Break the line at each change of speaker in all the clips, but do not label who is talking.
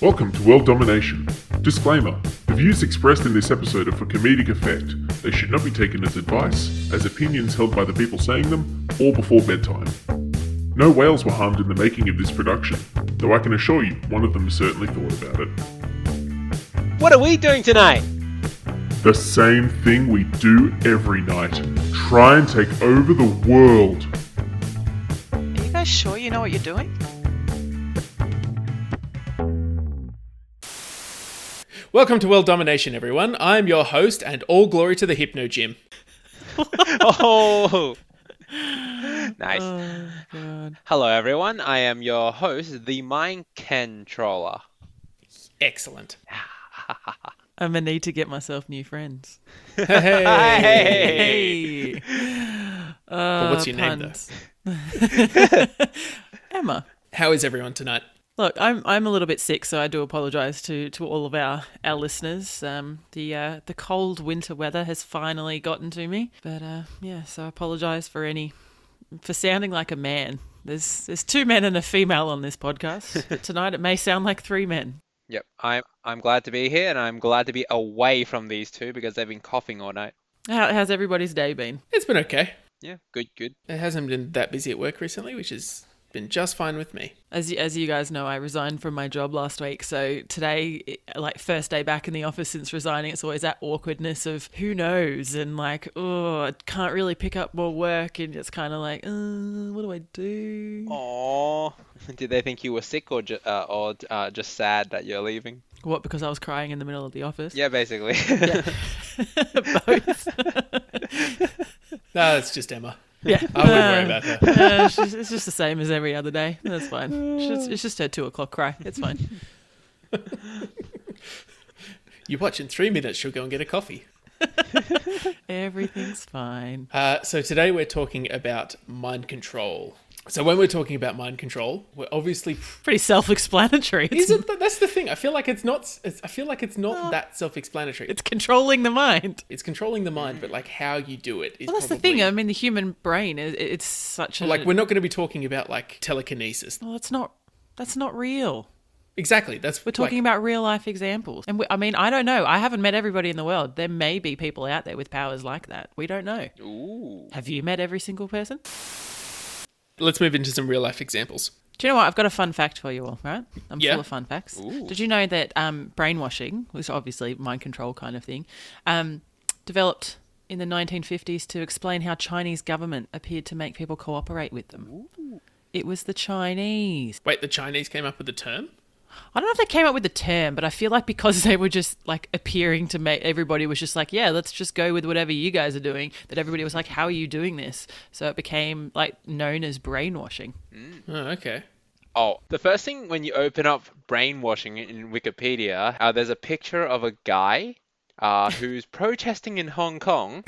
Welcome to World Domination. Disclaimer The views expressed in this episode are for comedic effect. They should not be taken as advice, as opinions held by the people saying them, or before bedtime. No whales were harmed in the making of this production, though I can assure you one of them certainly thought about it.
What are we doing tonight?
The same thing we do every night try and take over the world.
Are you guys sure you know what you're doing?
Welcome to World Domination, everyone. I'm your host, and all glory to the Hypno Gym.
Oh, nice.
Oh, God.
Hello, everyone. I am your host, the Mind Controller.
Excellent.
I'm gonna need to get myself new friends.
Hey.
Hey. Uh,
what's your name, though?
name, though? Emma.
How is everyone tonight?
Look, I'm I'm a little bit sick, so I do apologise to, to all of our our listeners. Um, the uh, the cold winter weather has finally gotten to me, but uh, yeah, so I apologise for any for sounding like a man. There's there's two men and a female on this podcast, but tonight it may sound like three men.
Yep, I'm I'm glad to be here, and I'm glad to be away from these two because they've been coughing all night.
How, how's everybody's day been?
It's been okay.
Yeah, good, good.
It hasn't been that busy at work recently, which has been just fine with me.
As you, as you guys know, I resigned from my job last week. So today, it- like first day back in the office since resigning, it's always that awkwardness of who knows and like, oh, I can't really pick up more work. And it's kind of like, uh, what do I do?
Oh, did they think you were sick or ju- uh, or uh, just sad that you're leaving?
What, because I was crying in the middle of the office?
Yeah, basically.
Both.
No, it's just Emma.
yeah.
I wouldn't worry about her.
Uh, it's, just, it's just the same as every other day. That's fine. It's just, it's just her two o'clock cry. It's fine.
You watch in three minutes, she'll go and get a coffee.
Everything's fine.
Uh, so today we're talking about mind control. So when we're talking about mind control, we're obviously
Pretty self explanatory.
is it th- that's the thing. I feel like it's not. s- It's, I feel like it's not that self-explanatory. It's,
It's controlling the mind. Mm-hmm.
it's controlling the mind, but like how you do it is.
Well, that's
probably-
the thing. uh, I mean, the human brain is it's such a
Like we're not going to be talking about like telekinesis.
well, it's not that's not real.
Exactly. That's
We're talking about real life examples, and we, I mean, I don't know. I haven't met everybody in the world. There may be people out there with powers like that. We don't know.
Ooh.
Have you met every single person?
Let's move into some real life examples.
Do you know what? I've got a fun fact for you all, right? I'm
Yeah.
full of fun facts.
Ooh.
Did you know that um, brainwashing, which is obviously mind control kind of thing, um, developed in the 1950s to explain how Chinese government appeared to make people cooperate with them? It was the Chinese.
Wait, the Chinese came up with the term?
I don't know if they came up with the term, but I feel like because they were just like appearing to make everybody was just like, yeah, let's just go with whatever you guys are doing. That everybody was like, how are you doing this? So it became like known as brainwashing.
Oh, okay.
Oh, the first thing when you open up brainwashing in Wikipedia, uh, there's a picture of a guy uh, who's protesting in Hong Kong,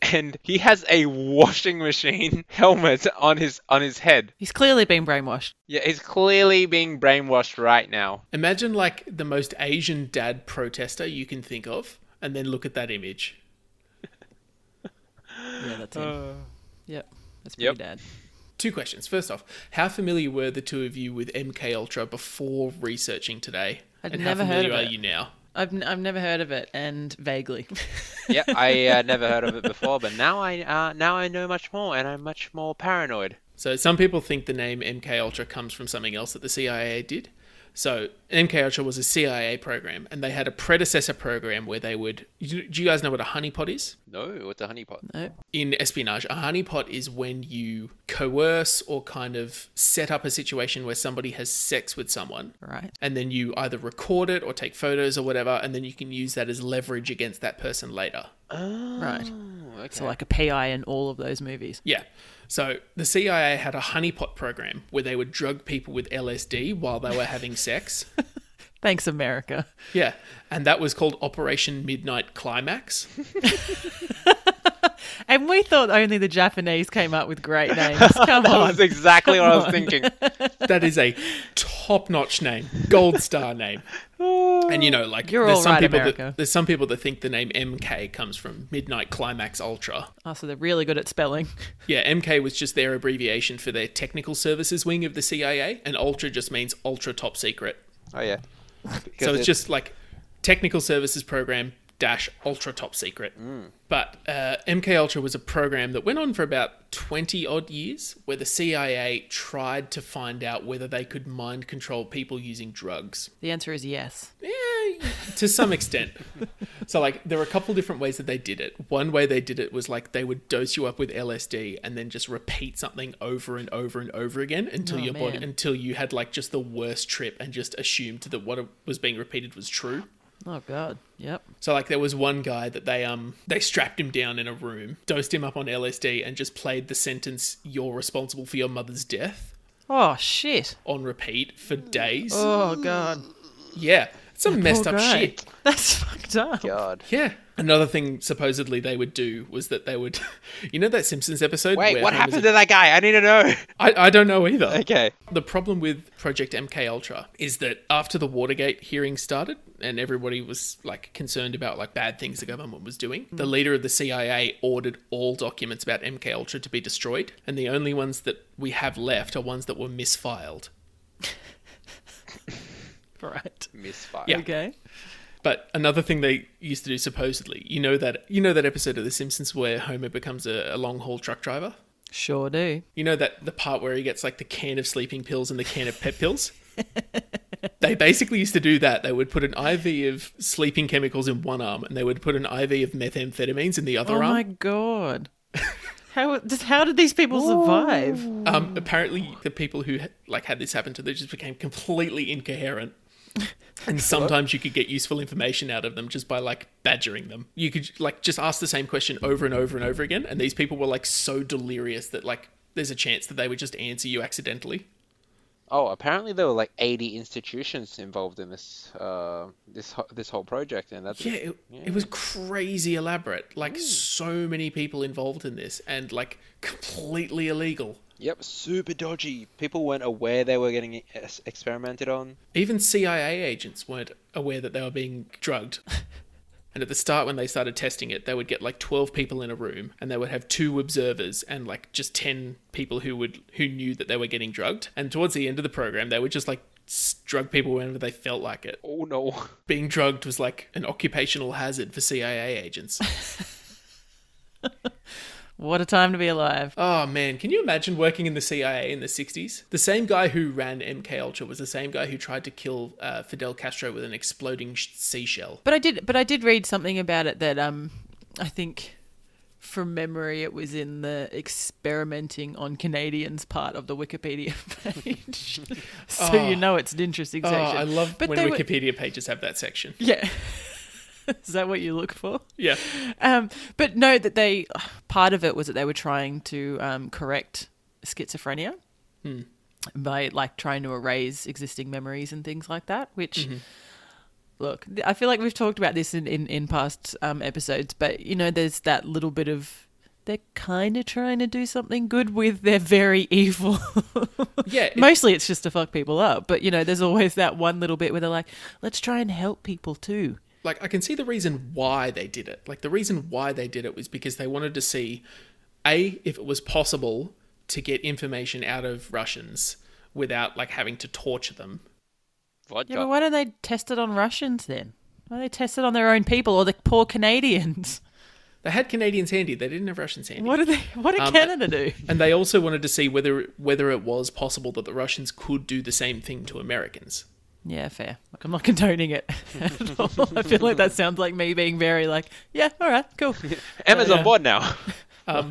and he has a washing machine helmet on his on his head.
He's clearly been brainwashed.
Yeah, he's clearly being brainwashed right now.
Imagine like the most Asian dad protester you can think of, and then look at that image.
Yeah, that's him. Uh, yep, that's pretty
Yep.
bad.
Two questions. First off, how familiar were the two of you with MK Ultra before researching today?
I'd
and
never
how
heard
familiar
of
are
it.
you now?
I've n- I've never heard of it, and vaguely.
Yeah, I uh, never heard of it before, but now I uh, now I know much more, and I'm much more paranoid.
So some people think the name MK Ultra comes from something else that the CIA did. So MK Ultra was a CIA program, and they had a predecessor program where they would. Do do you guys know what a honeypot is?
No, it's a honeypot.
No.
in espionage, a honeypot is when you coerce or kind of set up a situation where somebody has sex with someone.
Right.
And then you either record it or take photos or whatever, and then you can use that as leverage against that person later.
Right.
Oh, okay.
So like a PI in all of those movies.
Yeah. So the CIA had a honeypot program where they would drug people with LSD while they were having sex.
Thanks, America.
Yeah. And that was called Operation Midnight Climax.
And we thought only the Japanese came up with great names. Come
that
on.
was exactly what I was thinking.
That is a top notch name, gold star name. And you know, like
You're
there's
all
some
right,
people
America.
that there's some people that think the name MK comes from Midnight Climax Ultra.
oh, so they're really good at spelling.
Yeah, MK was just their abbreviation for their technical services wing of the CIA, and Ultra just means ultra top secret.
Oh yeah.
So it's
it-
just like technical services program dash ultra top secret. But uh, MK Ultra was a program that went on for about twenty odd years, where the CIA tried to find out whether they could mind control people using drugs.
The answer is yes.
Yeah, Eh, to some extent. so like there were a couple different ways that they did it. One way they did it was like they would dose you up with LSD and then just repeat something over and over and over again until
Oh,
your body
man.
until you had like just the worst trip and just assumed that what was being repeated was true.
Oh god. Yep.
So like there was one guy that they um they strapped him down in a room, dosed him up on LSD and just played the sentence you're responsible for your mother's death
Oh shit.
on repeat for days.
Oh god.
yeah. It's some messed
Poor
up
guy.
shit.
That's fucked up.
God.
Yeah. Another thing supposedly they would do was that they would, you know, that Simpsons episode.
Wait,
where
what
Homer's
happened
a-
to that guy? I need to know.
I, I don't know either.
Okay.
The problem with Project MK Ultra is that after the Watergate hearing started and everybody was like concerned about like bad things the government was doing, the leader of the CIA ordered all documents about MK Ultra to be destroyed, and the only ones that we have left are ones that were misfiled.
Right.
Misfire.
Yeah.
Okay.
But another thing they used to do supposedly, you know that you know that episode of The Simpsons where Homer becomes a, a long haul truck driver.
Sure do.
You know that the part where he gets like the can of sleeping pills and the can of pet pills? they basically used to do that. They would put an IV of sleeping chemicals in one arm and they would put an IV of methamphetamines in the other
Oh my
arm.
god. How just how did these people survive?
Um, apparently the people who like had this happen to them just became completely incoherent. And sometimes you could get useful information out of them just by like badgering them. You could like just ask the same question over and over and over again and these people were like so delirious that like there's a chance that they would just answer you accidentally.
Oh, apparently there were like 80 institutions involved in this uh, this ho- this whole project, and that's
Yeah, it, it was crazy elaborate. Like so many people involved in this, and like completely illegal.
Yep, super dodgy. People weren't aware they were getting ex- experimented on.
Even CIA agents weren't aware that they were being drugged. and at the start, when they started testing it, they would get like twelve people in a room, and they would have two observers and like just ten people who would who knew that they were getting drugged. And towards the end of the program, they would just like s- drug people whenever they felt like it.
Oh no.
Being drugged was like an occupational hazard for CIA agents.
What a time to be alive.
Oh man, can you imagine working in the CIA in the 60s? The same guy who ran MK Ultra was the same guy who tried to kill uh, Fidel Castro with an exploding sh- seashell.
But I did but I did read something about it that um I think from memory it was in the experimenting on Canadians part of the Wikipedia page. so you know it's an interesting
Oh,
section.
I love
but
when
they were-
Wikipedia pages have that section.
Yeah. Is that what you look for?
Yeah.
Um, but no, that they part of it was that they were trying to um, correct schizophrenia by like trying to erase existing memories and things like that. Which, look, th- I feel like we've talked about this in in, in past um, episodes, but you know, there's that little bit of they're kind of trying to do something good with their very evil.
Yeah. it-
Mostly it's just to fuck people up, but you know, there's always that one little bit where they're like, let's try and help people too.
like, I can see the reason why they did it. Like, the reason why they did it was because they wanted to see, A, if it was possible to get information out of Russians without, like, having to torture them.
Vodka.
Yeah, but why don't they test it on Russians then? Why don't they test it on their own people or the poor Canadians?
They had Canadians handy, they didn't have Russians handy.
What do they? What did
Um,
Canada do?
And they also wanted to see whether whether it was possible that the Russians could do the same thing to Americans.
Yeah, fair. Like, I'm not condoning it at all. I feel like that sounds like me being very like, yeah, all right, cool.
Emma's on board now.
But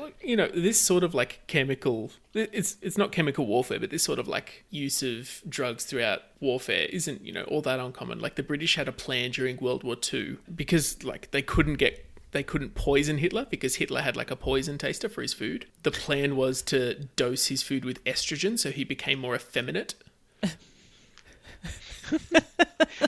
like, you know, this sort of like chemical it's it's not chemical warfare, but this sort of like use of drugs throughout warfare isn't, you know, all that uncommon. Like the British had a plan during World War II because like they couldn't get they couldn't poison Hitler because Hitler had like a poison taster for his food. The plan was to dose his food with estrogen so he became more effeminate.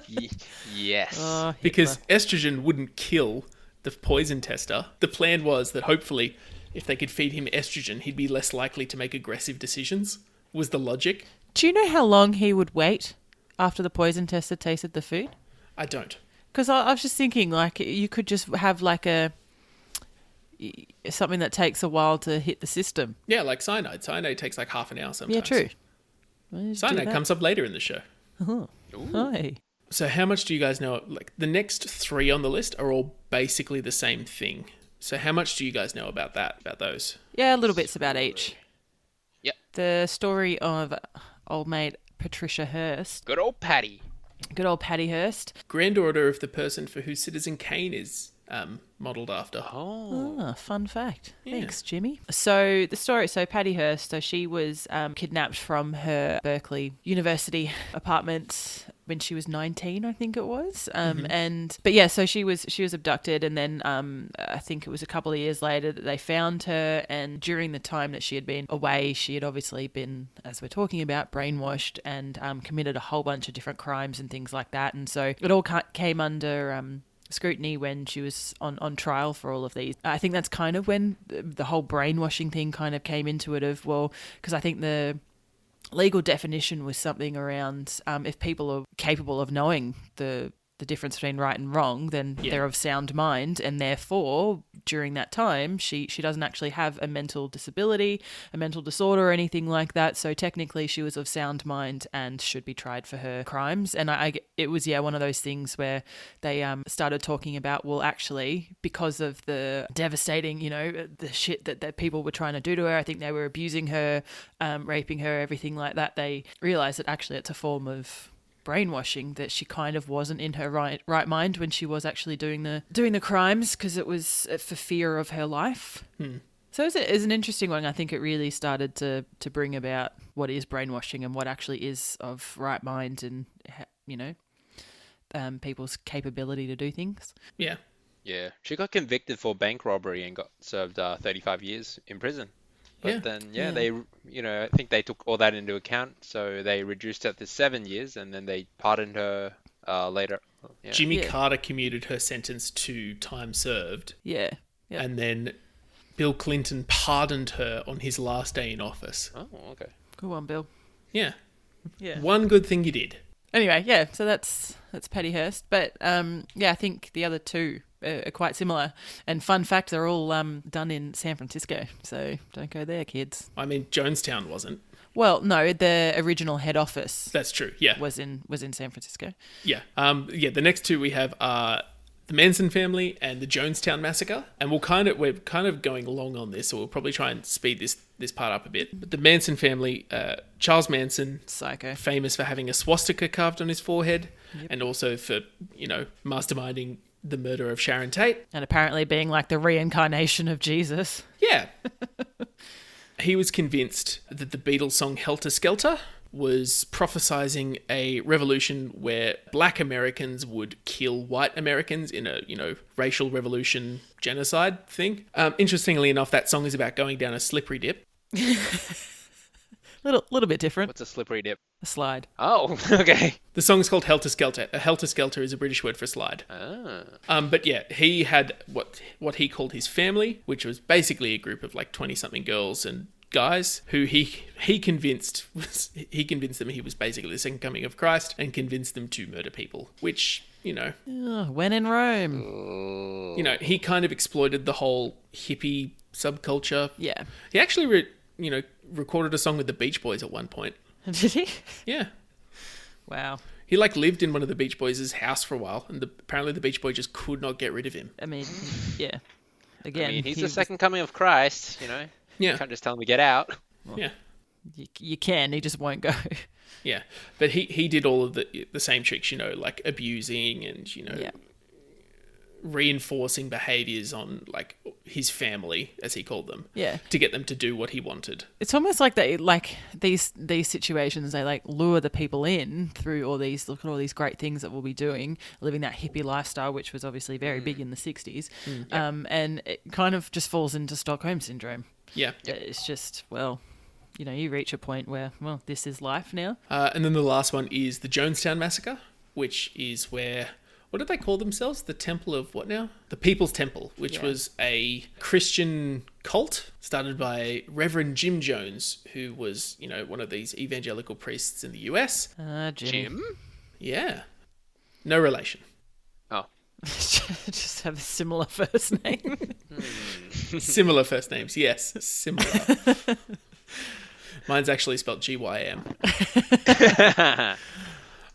Ye- yes.
Oh,
because estrogen wouldn't kill the poison tester. The plan was that hopefully, if they could feed him estrogen, he'd be less likely to make aggressive decisions. Was the logic?
do you know how long he would wait after the poison tester tasted the food?
I don't.
Because I, I was just thinking, like, you could just have like a something that takes a while to hit the system.
Yeah, like cyanide. Cyanide takes like half an hour sometimes.
Yeah, true. Why don't you just do
Cyanide
that?
comes up later in the show.
Hi.
So, how much do you guys know? Like, the next three on the list are all basically the same thing. So, how much do you guys know about that? About those?
Yeah, little bits about each.
Yep.
The story of old mate Patricia Hurst,
Good old Patty.
good old Patty Hurst.
Granddaughter of the person for whose Citizen Kane is um, modeled after.
Oh.
Ah, fun fact. Thanks, Jimmy. So the story. So Patty Hearst. So she was um, kidnapped from her Berkeley University apartment when she was 19, I think it was. Um, And but yeah, so she was she was abducted, and then um, I think it was a couple of years later that they found her. And during the time that she had been away, she had obviously been, as we're talking about, brainwashed and um, committed a whole bunch of different crimes and things like that. And so it all ca- came under. Um, scrutiny when she was on, on trial for all of these. I think that's kind of when the the whole brainwashing thing kind of came into it of, well, because I think the legal definition was something around um, if people are capable of knowing the the difference between right and wrong, then they're of sound mind, and therefore during that time she she doesn't actually have a mental disability, a mental disorder, or anything like that. So technically she was of sound mind and should be tried for her crimes. And I, I it was yeah one of those things where they um, started talking about well actually because of the devastating you know the shit that, that people were trying to do to her. I think they were abusing her, um, raping her, everything like that. They realized that actually it's a form of brainwashing that she kind of wasn't in her right right mind when she was actually doing the doing the crimes because it was uh, for fear of her life. So it's, a, it's an interesting one. I think it really started to to bring about what is brainwashing and what actually is of right mind and ha- you know um, people's capability to do things.
Yeah.
Yeah. She got convicted for bank robbery and got served uh, 35 years in prison. But
Yeah.
then, yeah,
Yeah.
they, you know, I think they took all that into account, so they reduced it to seven years, and then they pardoned her uh, later. Yeah.
Jimmy
Yeah.
Carter commuted her sentence to time served,
Yeah. Yeah.
and then Bill Clinton pardoned her on his last day in office.
Oh, okay.
Good one, Bill.
Yeah.
Yeah.
One good thing he did.
Anyway, yeah, so that's that's Patty Hearst, but um, yeah, I think the other two are, are quite similar. And fun fact, they're all um, done in San Francisco, so don't go there, kids.
I mean, Jonestown wasn't.
Well, no, the original head office
That's true. Yeah.
was in was in San Francisco.
Yeah. Um, yeah. The next two we have are the Manson family and the Jonestown massacre, and we'll kind of we're kind of going long on this, so we'll probably try and speed this this part up a bit. But the Manson family, uh, Charles Manson,
Psycho.
famous for having a swastika carved on his forehead, and also for you know masterminding the murder of Sharon Tate.
And apparently being like the reincarnation of Jesus.
Yeah. he was convinced that the Beatles song Helter Skelter was prophesizing a revolution where black Americans would kill white Americans in a, you know, racial revolution genocide thing. Um, interestingly enough, that song is about going down a slippery dip.
Little little bit different.
What's a slippery dip?
A slide.
Oh, okay.
The song's called Helter Skelter. A Helter Skelter is a British word for slide.
Ah.
Um, but yeah, he had what what he called his family, which was basically a group of like twenty something girls and guys who he he convinced was he convinced them he was basically the second coming of Christ and convinced them to murder people, which you know
Ugh, Oh, when in Rome.
you know he kind of exploited the whole hippie subculture.
Yeah.
He actually re- you know recorded a song with the Beach Boys at one point.
Did he?
Yeah.
Wow.
He like lived in one of the Beach Boys' house for a while, and the, apparently the Beach Boy just could not get rid of him.
I mean, yeah.
I
Again,
mean, he's
he
the
was-
second coming of Christ, you know?
Yeah,
You can't just tell him to get out.
yeah.
you, you can, he just won't go.
Yeah, but he he did all of the the same tricks, you know, like abusing and you know
Yeah.
reinforcing behaviors on like his family, as he called them,
Yeah.
to get them to do what he wanted.
it's almost like they like these these situations they like lure the people in through all these look at all these great things that we'll be doing living that hippie lifestyle which was obviously very big in the 60s um, and it kind of just falls into stockholm syndrome
Yeah,
it's just well you know you reach a point where well this is life now
uh, and then the last one is the Jonestown massacre, which is where what did they call themselves? The Temple of what now? The People's Temple, which
Yeah.
was a Christian cult started by Reverend Jim Jones, who was you know one of these evangelical priests in the U.S.
uh, Jimmy.
Jim?
Yeah, no relation.
Oh.
just have a similar first name
Similar first names, yes. Similar. Mine's actually spelled G Y M.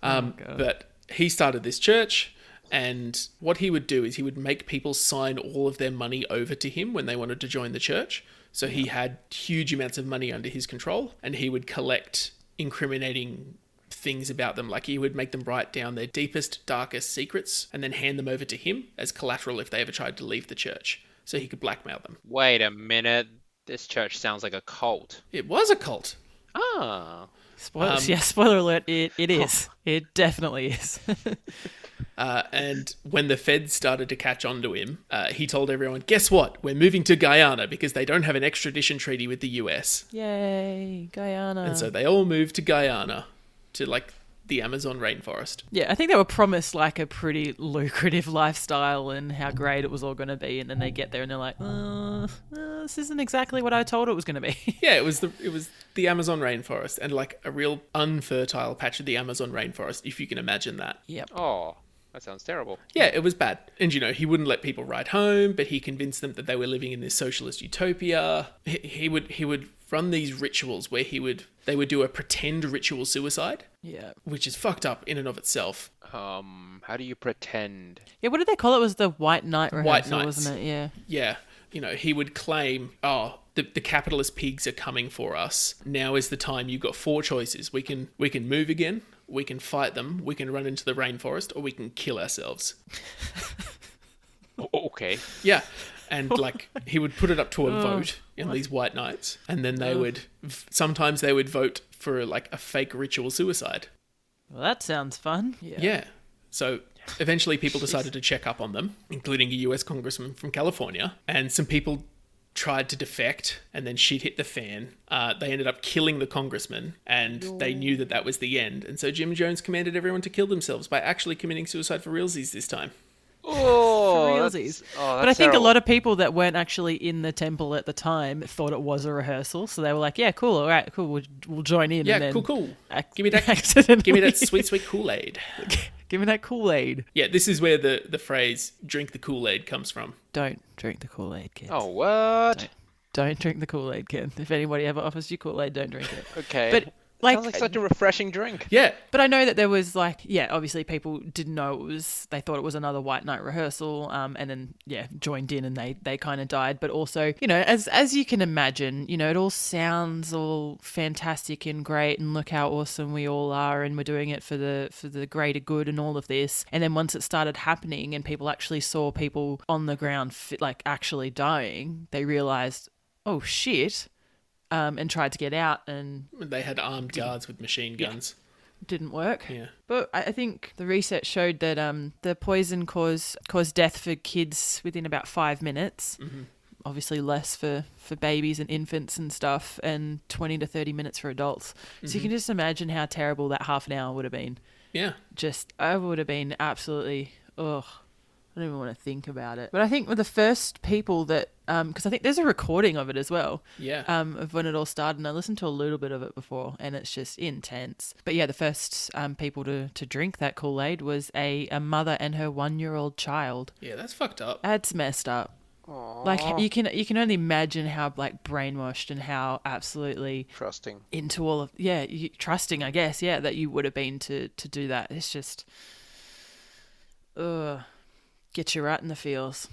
Um,
God.
but he started this church, and what he would do is he would make people sign all of their money over to him when they wanted to join the church. So he had huge amounts of money under his control, and he would collect incriminating things about them. Like he would make them write down their deepest, darkest secrets and then hand them over to him as collateral if they ever tried to leave the church. So he could blackmail them.
Wait a minute. This church sounds like a cult.
It was a cult.
Ah.
Spoilers. yeah, spoiler alert. It it is. It definitely is.
Uh, and when the feds started to catch on to him, uh, he told everyone, Guess what? We're moving to Guyana because they don't have an extradition treaty with the US.
Yay, Guyana.
And so they all moved to Guyana, to like the Amazon rainforest.
yeah, I think they were promised like a pretty lucrative lifestyle and how great it was all going to be, and then they get there and they're like, uh, uh, "This isn't exactly what I told it was going to be."
Yeah, it was the it was the Amazon rainforest and like a real unfertile patch of the Amazon rainforest, if you can imagine that.
yep.
Oh, that sounds terrible.
Yeah, it was bad. And you know, he wouldn't let people ride home, but he convinced them that they were living in this socialist utopia. He, he would he would run these rituals where he would they would do a pretend ritual suicide,
Yeah.
which is fucked up in and of itself.
Um, how do you pretend?
Yeah. What did they call it? it was the White Knight rehearsal,
White Knights.
wasn't it? Yeah.
Yeah, you know, he would claim, "Oh, the, the capitalist pigs are coming for us. Now is the time. You've got four choices. We can we can move again." We can fight them, we can run into the rainforest, or we can kill ourselves.
O- Okay.
Yeah. And like he would put it up
Oh
to a vote in these white knights, and then they would sometimes they would vote for like a fake ritual suicide.
Well, that sounds fun. Yeah.
Yeah. So eventually people decided to check up on them, including a US congressman from California, and some people tried to defect and then shit hit the fan. Uh, they ended up killing the congressman and they knew that that was the end. And so Jim Jones commanded everyone to kill themselves by actually committing suicide for realsies this time.
Oh,
realsies.
that's- oh,
but I
that's
think
terrible.
a lot of people that weren't actually in the temple at the time thought it was a rehearsal, so they were like, "Yeah, cool, all right, cool, we'll, we'll join in."
Yeah,
and then
cool, cool.
ac-
Give me that-
accidentally-
Give me that sweet, sweet Kool Aid.
give me that Kool Aid.
Yeah, this is where the, the phrase drink the Kool Aid comes from.
Don't drink the Kool Aid, kid.
Oh, what?
Don't drink the Kool Aid, kid. If anybody ever offers you Kool Aid, don't drink it.
Okay.
But like,
sounds like such a refreshing drink.
Yeah.
but I know that there was like, yeah, obviously people didn't know it was. They thought it was another White Night rehearsal, um, and then yeah, joined in and they they kind of died. But also, you know, as as you can imagine, you know, it all sounds all fantastic and great, and look how awesome we all are, and we're doing it for the for the greater good and all of this. And then once it started happening, and people actually saw people on the ground, fit, like actually dying, they realized, oh shit. Um, and tried to get out and
They had armed guards with machine guns.
didn't work.
Yeah.
But I I think the research showed that um, the poison caused caused death for kids within about five minutes. Obviously, less for for babies and infants and stuff, and twenty to thirty minutes for adults. So you can just imagine how terrible that half an hour would have been.
Yeah.
Just I would have been absolutely ugh. I don't even want to think about it. But I think with the first people that, because I think there's a recording of it as well
Yeah.
um, of when it all started, and I listened to a little bit of it before, and it's just intense. But yeah, the first um, people to, to drink that Kool Aid was a, a mother and her one year old child.
yeah, that's fucked up.
That's messed up. Like you can you can only imagine how like brainwashed and how absolutely
Trusting.
into all of yeah you, trusting I guess yeah that you would have been to to do that. It's just, ugh, get you right in the feels.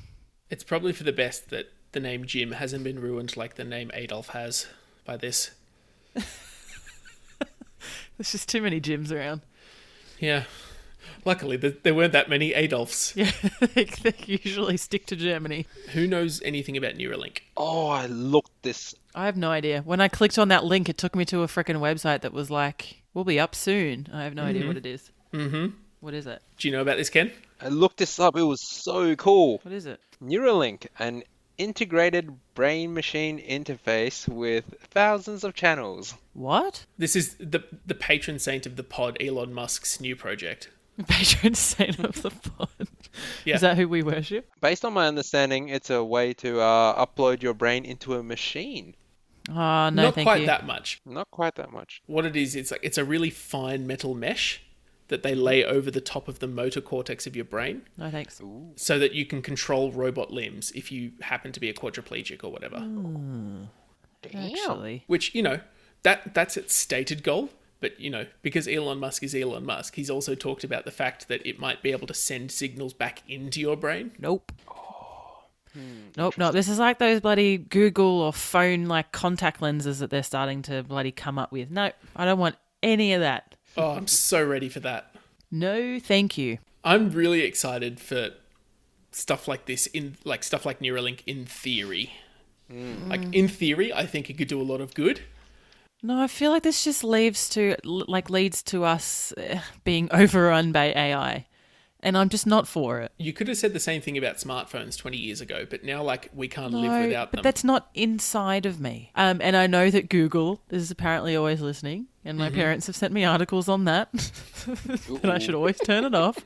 It's probably for the best that the name Jim hasn't been ruined like the name Adolf has by this.
There's just too many gyms around.
Yeah. Luckily, th- there weren't that many Adolfs.
Yeah, they, they usually stick to Germany.
Who knows anything about Neuralink?
Oh, I looked this.
I have no idea. When I clicked on that link, it took me to a freaking website that was like, "We'll be up soon." I have no idea what it is. Mm-hmm. is it?
Do you know about this, Ken?
I looked this up. It was so cool.
What is it?
Neuralink, an integrated brain machine interface with thousands of channels.
What?
This is the the patron saint of the pod, Elon Musk's new project.
Patron saint of the pod.
Yeah.
Is that who we worship?
Based on my understanding, it's a way to uh, upload your brain into a machine.
Ah, no,
Not
thank
quite
you.
that much.
Not quite that much.
what it is it's like it's a really fine metal mesh that they lay over the top of the motor cortex of your brain
No thanks.
so that you can control robot limbs if you happen to be a quadriplegic or whatever
Damn.
Actually,
which you know that that's its stated goal But, you know, because Elon Musk is Elon Musk, he's also talked about the fact that it might be able to send signals back into your brain.
Nope. Nope, nope. This is like those bloody Google or phone like contact lenses that they're starting to bloody come up with. Nope, I don't want any of that.
Oh, I'm so ready for that.
No, thank you.
I'm really excited for stuff like this in like stuff like Neuralink in theory. Like in theory, I think it could do a lot of good.
No, I feel like this just leaves to like leads to us eh, being overrun by AI, and I'm just not for it.
You could have said the same thing about smartphones 20 years ago, but now like we can't live
No,
without
but
them.
that's not inside of me. Um, and I know that Google is apparently always listening, and
Mm-hmm.
my parents have sent me articles on that that I should always turn it off.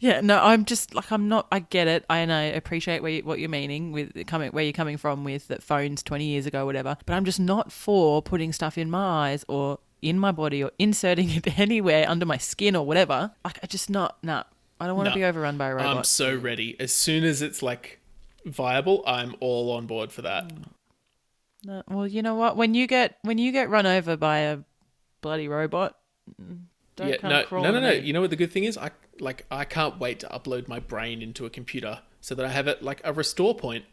Yeah, no, I'm just like I'm not. I get it, I- and I appreciate where you, what you're meaning with coming where you're coming from with that phones 20 years ago, whatever. But I'm just not for putting stuff in my eyes or in my body or inserting it anywhere under my skin or whatever. Like I just not. Nah, I don't want to
No.
be overrun by a robot.
I'm so ready. As soon as it's like viable, I'm all on board for that.
Mm. No, well, you know what? When you get when you get run over by a bloody robot, mm, don't
yeah,
come
no, no,
crawling. eh?
no, no.
at me.
You know what the good thing is? I like I can't wait to upload my brain into a computer so that I have it like a restore point.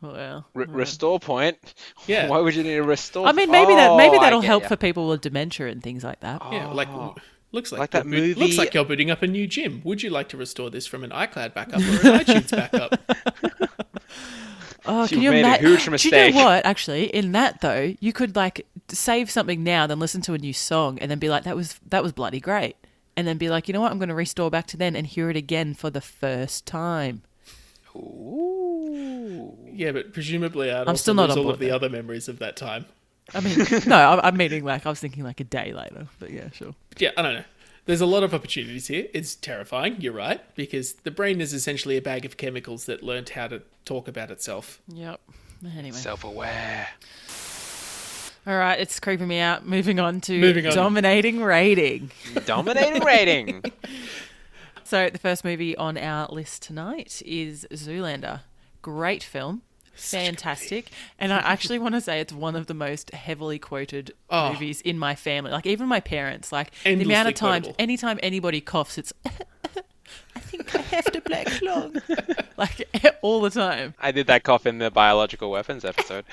Well,
Re- restore point.
Yeah.
Why would you need a restore?
I mean, maybe that maybe
Oh, I
that'll
get
help
ya.
for people with dementia and things like
Oh,
that.
Yeah, Ah, like looks like,
Like
you're
that
boot-
movie-
Looks like you're booting up a new gym. Would you like to restore this from an iCloud backup or an iTunes backup?
Oh,
You've
can you
made a
imagine?
huge
Do you
mistake.
know what? Actually, in that though, you could like save something now, then listen to a new song, and then be like, "That was that was bloody great," and then be like, "You know what? I'm going to restore back to then and hear it again for the first time."
Ooh.
Yeah, but presumably I'd
I'm
also
still not
lose
on
all of
board
the
there.
other memories of that time.
I mean, no, I- I'm meaning like I was thinking like a day later, but yeah, sure.
But yeah, I don't know. There's a lot of opportunities here. It's terrifying. You're right because the brain is essentially a bag of chemicals that learnt how to talk about itself.
Yep. Anyway.
Self-aware.
All right, it's creeping me out. Moving on to
Moving on.
dominating rating.
Dominating rating.
So the first movie on our list tonight is Zoolander. Great film. Fantastic. And I actually want to say it's one of the most heavily quoted
Oh.
movies in my family. Like even my parents, like the amount
Endlessly
of times
quotable.
anytime anybody coughs, it's I think I have to black lung. like all the time.
I did that cough in the biological weapons episode.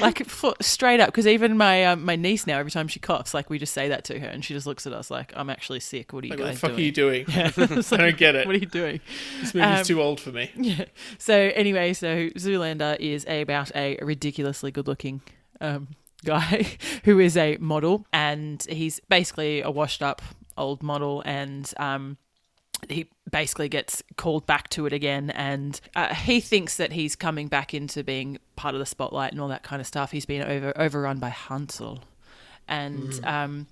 like for, straight up because even my um, my niece now every time she coughs like we just say that to her and she just looks at us like i'm actually sick what are you
Like, what the
guys
fuck
doing
are you doing?
It's
I don't get it.
what are you doing
This movie's
Um,
too old for me.
yeah. so anyway so zoolander is about a ridiculously good looking um, guy who is a model and he's basically a washed up old model and um, he basically gets called back to it again and uh, he thinks that he's coming back into being part of the spotlight and all that kind of stuff he's been over overrun by hansel and um,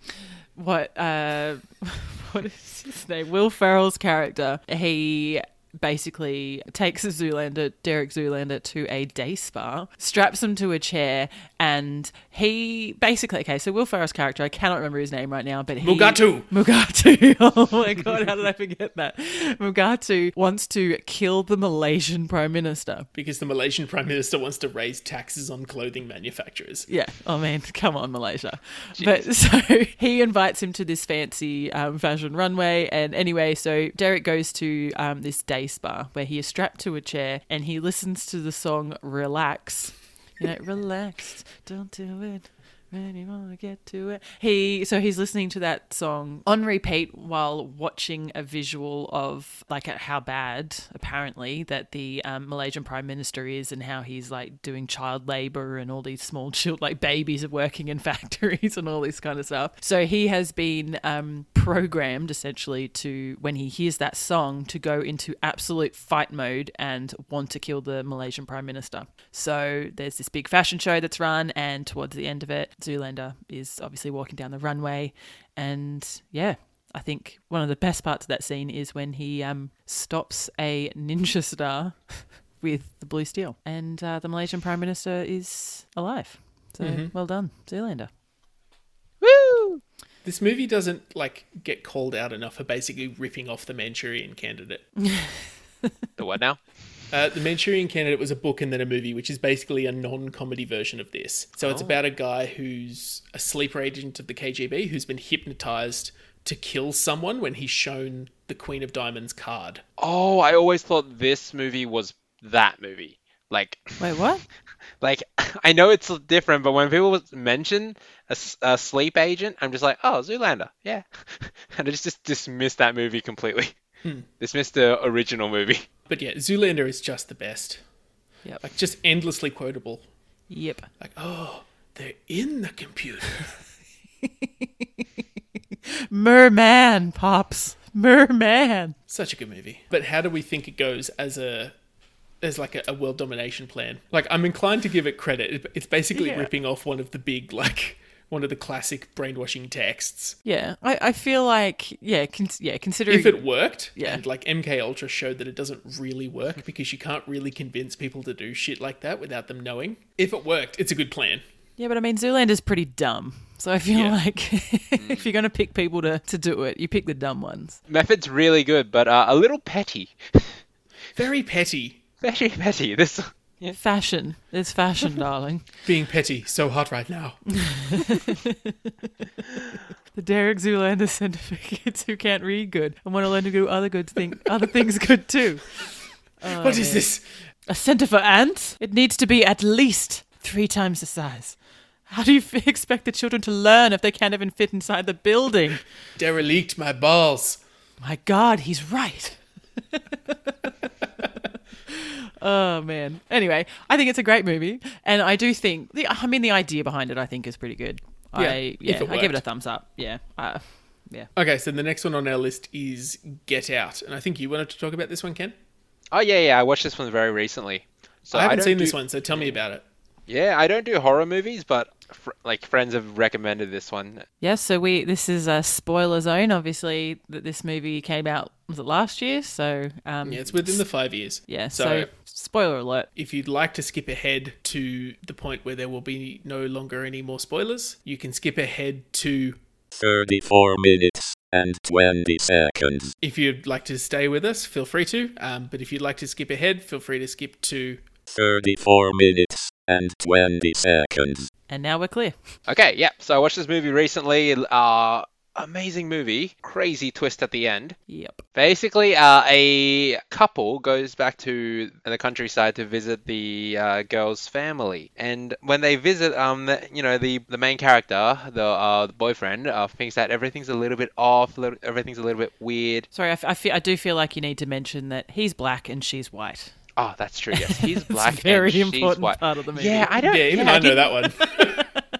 what uh, what is his name will ferrell's character he basically takes zoolander derek zoolander to a day spa straps him to a chair and he basically okay so will ferrell's character i cannot remember his name right now but he
Mugatu.
Mugatu. Oh my god, how did I forget that? Mugatu wants to kill the Malaysian prime minister.
Because the Malaysian Prime Minister wants to raise taxes on clothing manufacturers.
Yeah, I mean, come on, Malaysia. But so he invites him to this fancy um, fashion runway, and anyway, so Derek goes to um, this day spa where he is strapped to a chair and he listens to the song "Relax." You know, relaxed, don't do it. When you want to get to it, he so he's listening to that song on repeat while watching a visual of like how bad apparently that the um, Malaysian prime minister is and how he's like doing child labor and all these small child like babies are working in factories and all this kind of stuff. So he has been um, programmed essentially to when he hears that song to go into absolute fight mode and want to kill the Malaysian prime minister. So there's this big fashion show that's run, and towards the end of it, Zoolander is obviously walking down the runway, and yeah. I think one of the best parts of that scene is when he um, stops a ninja star with the blue steel, and uh, the Malaysian prime minister is alive. So well done, Zoolander. Woo!
This movie doesn't like get called out enough for basically ripping off the Manchurian candidate.
the what now?
Uh, the Manchurian Candidate was a book and then a movie, which is basically a non-comedy version of this. So it's about a guy who's a sleeper agent of the KGB who's been hypnotized to kill someone when he's shown the Queen of Diamonds card.
Oh, I always thought this movie was that movie. Like,
Wait, what?
like I know it's different, but when people mention a, s- a sleep agent, I'm just like, oh, Zoolander, yeah, and I just, just dismiss that movie completely.
Hmm.
Dismiss the original movie.
But yeah, Zoolander is just the best.
Yep.
Like just endlessly quotable.
Yep.
Like, oh, they're in the computer.
Merman pops. Merman.
Such a good movie. But how do we think it goes as a as like a, a world domination plan? Like I'm inclined to give it credit. It- It's basically
Yeah.
ripping off one of the big like one of the classic brainwashing texts.
Yeah, I, I feel like yeah, con- yeah. Considering
If it worked,
Yeah.
and like MK Ultra showed that it doesn't really work because you can't really convince people to do shit like that without them knowing. If it worked, it's a good plan.
yeah, but I mean Zoolander's pretty dumb, so I feel
Yeah. Mm.
like if you're gonna pick people to to do it, you pick the dumb ones.
Method's really good, but uh, a little petty,
Very petty.
very petty. This
Fashion, there's fashion, darling.
Being petty, so hot right now.
The Derek Zoolander Center for kids who can't read good and want to learn to do other good thing, other things good too. Oh,
what is this?
A center for ants? It needs to be at least three times the size. How do you f- expect the children to learn if they can't even fit inside the building?
Derelict my balls.
My God, he's right. oh man. Anyway, I think it's a great movie, and I do think the. I mean, the idea behind it, I think, is pretty good. I
if
yeah,
it
I give it a
worked.
thumbs up. Yeah, uh, yeah.
Okay, so the next one on our list is Get Out, and I think you wanted to talk about this one, Ken.
Oh yeah, yeah. I watched this one very recently. So
I haven't
don't
seen this
do-
one, so tell me about it.
Yeah, I don't do horror movies, but fr- like friends have recommended this one.
Yeah, so we this is a spoiler zone. Obviously, that this movie came out was it last year? So um,
Yeah, it's within the five years.
yeah.
So,
so spoiler alert.
if you'd like to skip ahead to the point where there will be no longer any more spoilers, you can skip ahead to
34 minutes and 20 seconds.
if you'd like to stay with us, feel free to. Um, but if you'd like to skip ahead, feel free to skip to
34 minutes and 20 seconds.
And now we're clear.
Okay, yeah. So I watched this movie recently. Uh, amazing movie. Crazy twist at the end.
Yep.
Basically, uh, a couple goes back to the countryside to visit the uh, girl's family, and when they visit, um, the, you know, the the main character, the, uh, the boyfriend, uh, thinks that everything's a little bit off, little, everything's a little bit weird.
Sorry, I, f- I feel I do feel like you need to mention that he's black and she's white.
Oh, that's true. Yes, he's
It's a
black.
very
and she's
important
white.
part of the movie.
Yeah, I don't.
yeah, even
yeah,
I
I
know
didn't-
that one.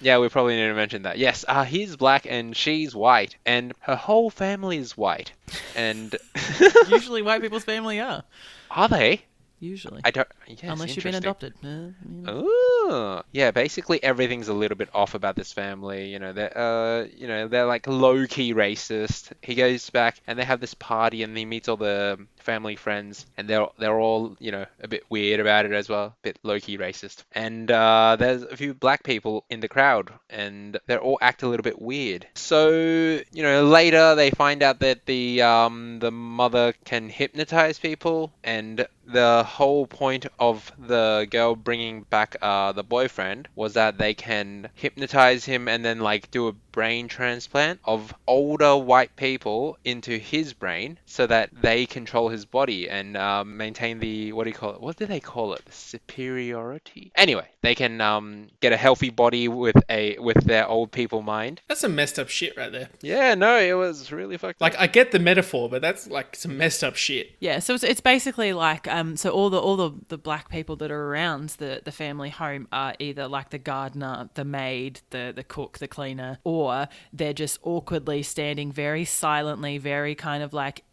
Yeah, we probably need to mention that. Yes, uh, he's black and she's white, and her whole family is white. And
Usually, white people's family are.
are they?
Usually,
I don't. Yeah, it's
unless you've been
interesting.
adopted. Uh, yeah.
Ooh. Yeah, basically everything's a little bit off about this family. You know, they're uh, you know, they're like low key racist. He goes back and they have this party and he meets all the family friends and they're they're all, you know, a bit weird about it as well, a bit low key racist. And uh, there's a few black people in the crowd and they all act a little bit weird. So, you know, later they find out that the um the mother can hypnotize people and the whole point of the girl bringing back uh, the boyfriend was that they can hypnotize him and then like do a brain transplant of older white people into his brain so that they control his body and um, maintain the what do you call it what do they call it superiority anyway they can um, get a healthy body with a with their old people mind
That's some messed up shit right there.
yeah no it was really fucked up.
Like I get the metaphor, but that's like some messed up shit.
Yeah, so it's, it's basically like um, so all the all the, the black people that are around the, the family home are either like the gardener, the maid, the the cook, the cleaner, or they're just awkwardly standing very silently, very kind of like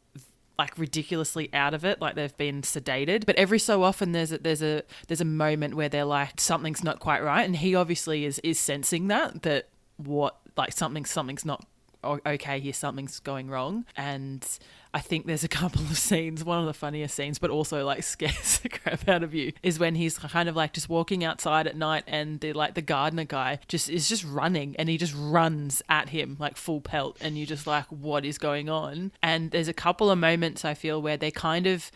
like ridiculously out of it, like they've been sedated. But every so often there's a there's a there's a moment where they're like something's not quite right, and he obviously is is sensing that that what like something something's not o- okay here something's going wrong and i think there's a couple of scenes one of the funniest scenes but also like scares the crap out of you is when he's kind of like just walking outside at night and the like the gardener guy just is just running and he just runs at him like full pelt and you're just like what is going on and there's a couple of moments i feel where they kind of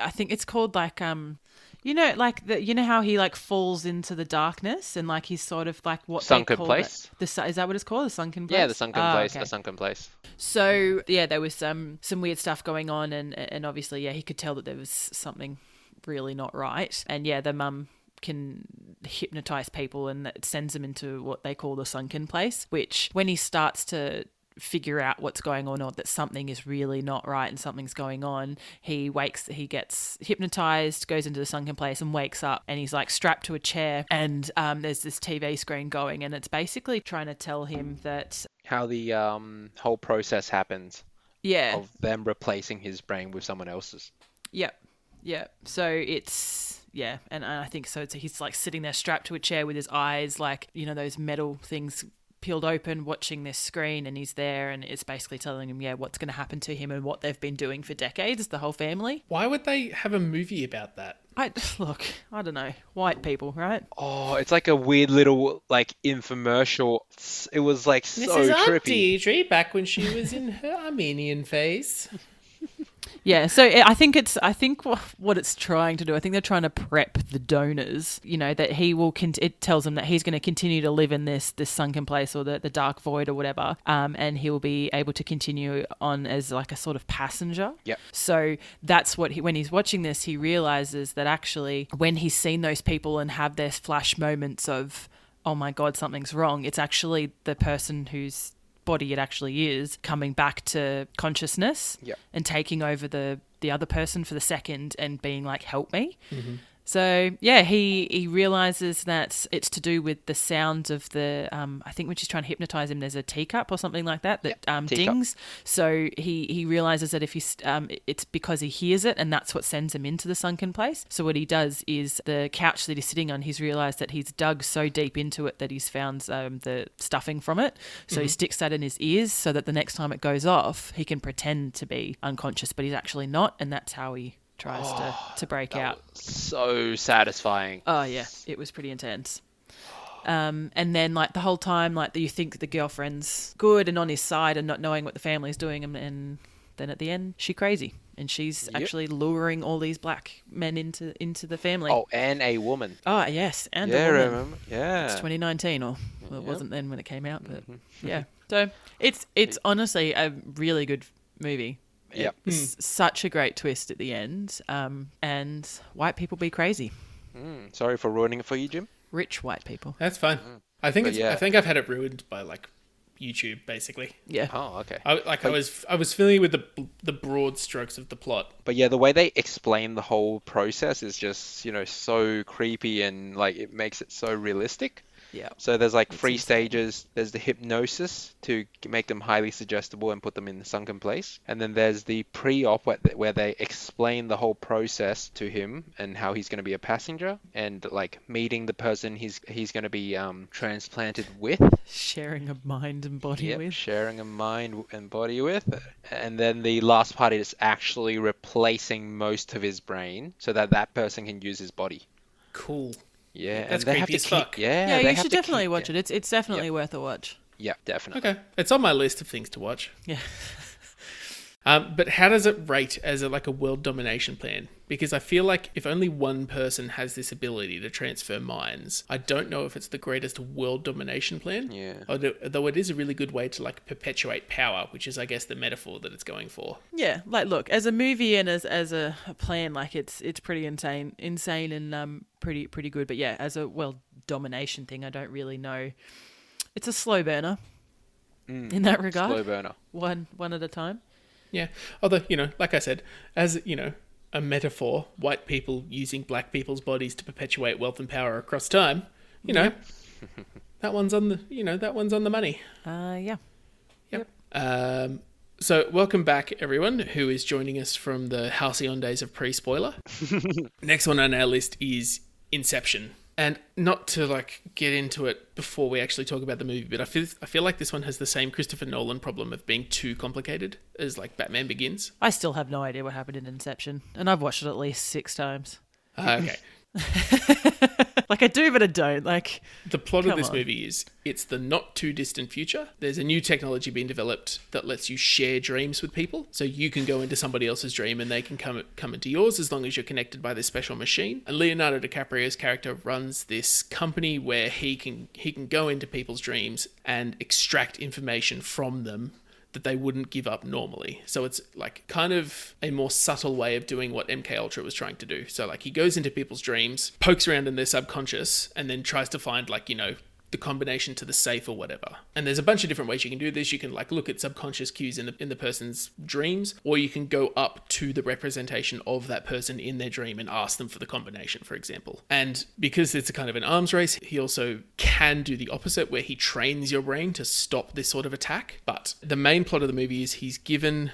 I think it's called like um, you know, like the you know how he like falls into the darkness and like he's sort of like what they
Sunken
call
place?
It. The su- is that what it's called? The sunken place.
Yeah, the sunken
Ah,
place.
okay.
The sunken place.
So yeah, there was some some weird stuff going on, and and obviously yeah, he could tell that there was something really not right, and yeah, the mum can hypnotize people and that sends them into what they call the sunken place, which when he starts to figure out what's going on or that something is really not right and something's going on he wakes he gets hypnotized goes into the sunken place and wakes up and he's like strapped to a chair and um, there's this tv screen going and it's basically trying to tell him that
How the um, whole process happens
yeah
of them replacing his brain with someone else's.
Yep. Yep. So it's yeah, and I think so. So he's like sitting there strapped to a chair with his eyes like you know those metal things peeled open, watching this screen, and he's there, and it's basically telling him yeah what's going to happen to him and what they've been doing for decades, the whole family.
Why would they have a movie about that?
I look, I don't know, white people, right?
Oh, it's like a weird little like infomercial. S- It was like so trippy.
Deidre back when she was in her Armenian phase.
Yeah, so eh, I I think it's I think wha- what it's trying to do. I think they're trying to prep the donors. You know that he will. Con- it tells him that he's going to continue to live in this this sunken place or the, the dark void or whatever, um, and he will be able to continue on as like a sort of passenger.
Yep.
So that's what he when he's watching this, he realizes that actually when he's seen those people and have their flash moments of oh my god something's wrong, it's actually the person whose body it actually is coming back to consciousness
Yep.
and taking over the the other person for the second and being like help me so yeah he he realizes that it's to do with the sound of the um i think when she's trying to hypnotize him there's a teacup or something like that that um
teacup.
dings so he he realizes that if he's um it's because he hears it and that's what sends him into the sunken place so what he does is the couch that he's sitting on he's realized that he's dug so deep into it that he's found um, the stuffing from it so he sticks that in his ears so that the next time it goes off he can pretend to be unconscious but he's actually not and that's how he tries to to break out
So satisfying.
Oh yeah, it was pretty intense. Um, and then like the whole time, like you think the girlfriend's good and on his side, and not knowing what the family's doing, and, and then at the end, she crazy, and she's actually luring all these black men into into the family.
Oh, and a woman.
Ah, yes, and
yeah,
a woman.
remember? Yeah.
It's 2019, or well, it wasn't then when it came out, but
Mm-hmm.
yeah. So it's it's honestly a really good movie.
Yep.
It's such a great twist at the end, um, and white people be crazy,
Mm, Sorry for ruining it for you, Jim.
rich white people.
That's fine. I
Mm.
think
But
it's,
yeah.
I think I've had it ruined by like YouTube basically.
Yeah.
Oh, okay.
I like I was I was familiar with the the broad strokes of the plot.
But yeah, the way they explain the whole process is just, you know, so creepy and like it makes it so realistic.
Yeah.
So there's like three stages. There's the hypnosis to g- make them highly suggestible and put them in the sunken place, and then there's the pre-op where th- where they explain the whole process to him and how he's going to be a passenger and like meeting the person he's he's going to be um, transplanted with,
sharing a mind and body
yep,
with.
sharing a mind w- and body with, and then the last part is actually replacing most of his brain so that that person can use his body.
Cool.
Yeah, and
That's
they have
creepy
to
as
keep-
fuck.
Yeah,
Yeah,
they
you
have to
should
keep-
definitely watch
yeah,
it. It's it's definitely worth a watch.
Yeah, definitely.
Okay, it's on my list of things to watch.
Yeah.
Um, but how does it rate as a, like a world domination plan? Because I feel like if only one person has this ability to transfer minds, I don't know if it's the greatest world domination plan.
Yeah.
Although though it is a really good way to like perpetuate power, which is I guess the metaphor that it's going for.
Yeah, like look, as a movie and as as a a plan, like it's it's pretty insane, insane and um pretty pretty good. But yeah, as a well domination thing, I don't really know. It's a slow burner in that regard.
Mm. Slow burner.
One one at a time.
Yeah. Although, you know, like I said, as, you know, a metaphor, white people using black people's bodies to perpetuate wealth and power across time, you know, that one's on the, you know, that one's on the money.
Uh, yeah.
Yep. Um, so welcome back everyone who is joining us from the halcyon days of pre-spoiler. Next one on our list is Inception. And not to like get into it before we actually talk about the movie, but I feel I feel like this one has the same Christopher Nolan problem of being too complicated as like Batman Begins.
I still have no idea what happened in Inception, and I've watched it at least six times.
Uh, okay.
like I do, but I don't. Like,
The plot of
Come
this
on.
movie is it's the not too distant future. There's a new technology being developed that lets you share dreams with people. So you can go into somebody else's dream and they can come come into yours as long as you're connected by this special machine. And Leonardo DiCaprio's character runs this company where he can he can go into people's dreams and extract information from them that they wouldn't give up normally. So it's like kind of a more subtle way of doing what MK Ultra was trying to do. So like he goes into people's dreams, pokes around in their subconscious, and then tries to find like, you know, the combination to the safe or whatever. And there's a bunch of different ways you can do this. You can like look at subconscious cues in the in the person's dreams, or you can go up to the representation of that person in their dream and ask them for the combination, for example. And because it's a kind of an arms race, he also can do the opposite where he trains your brain to stop this sort of attack. But the main plot of the movie is he's given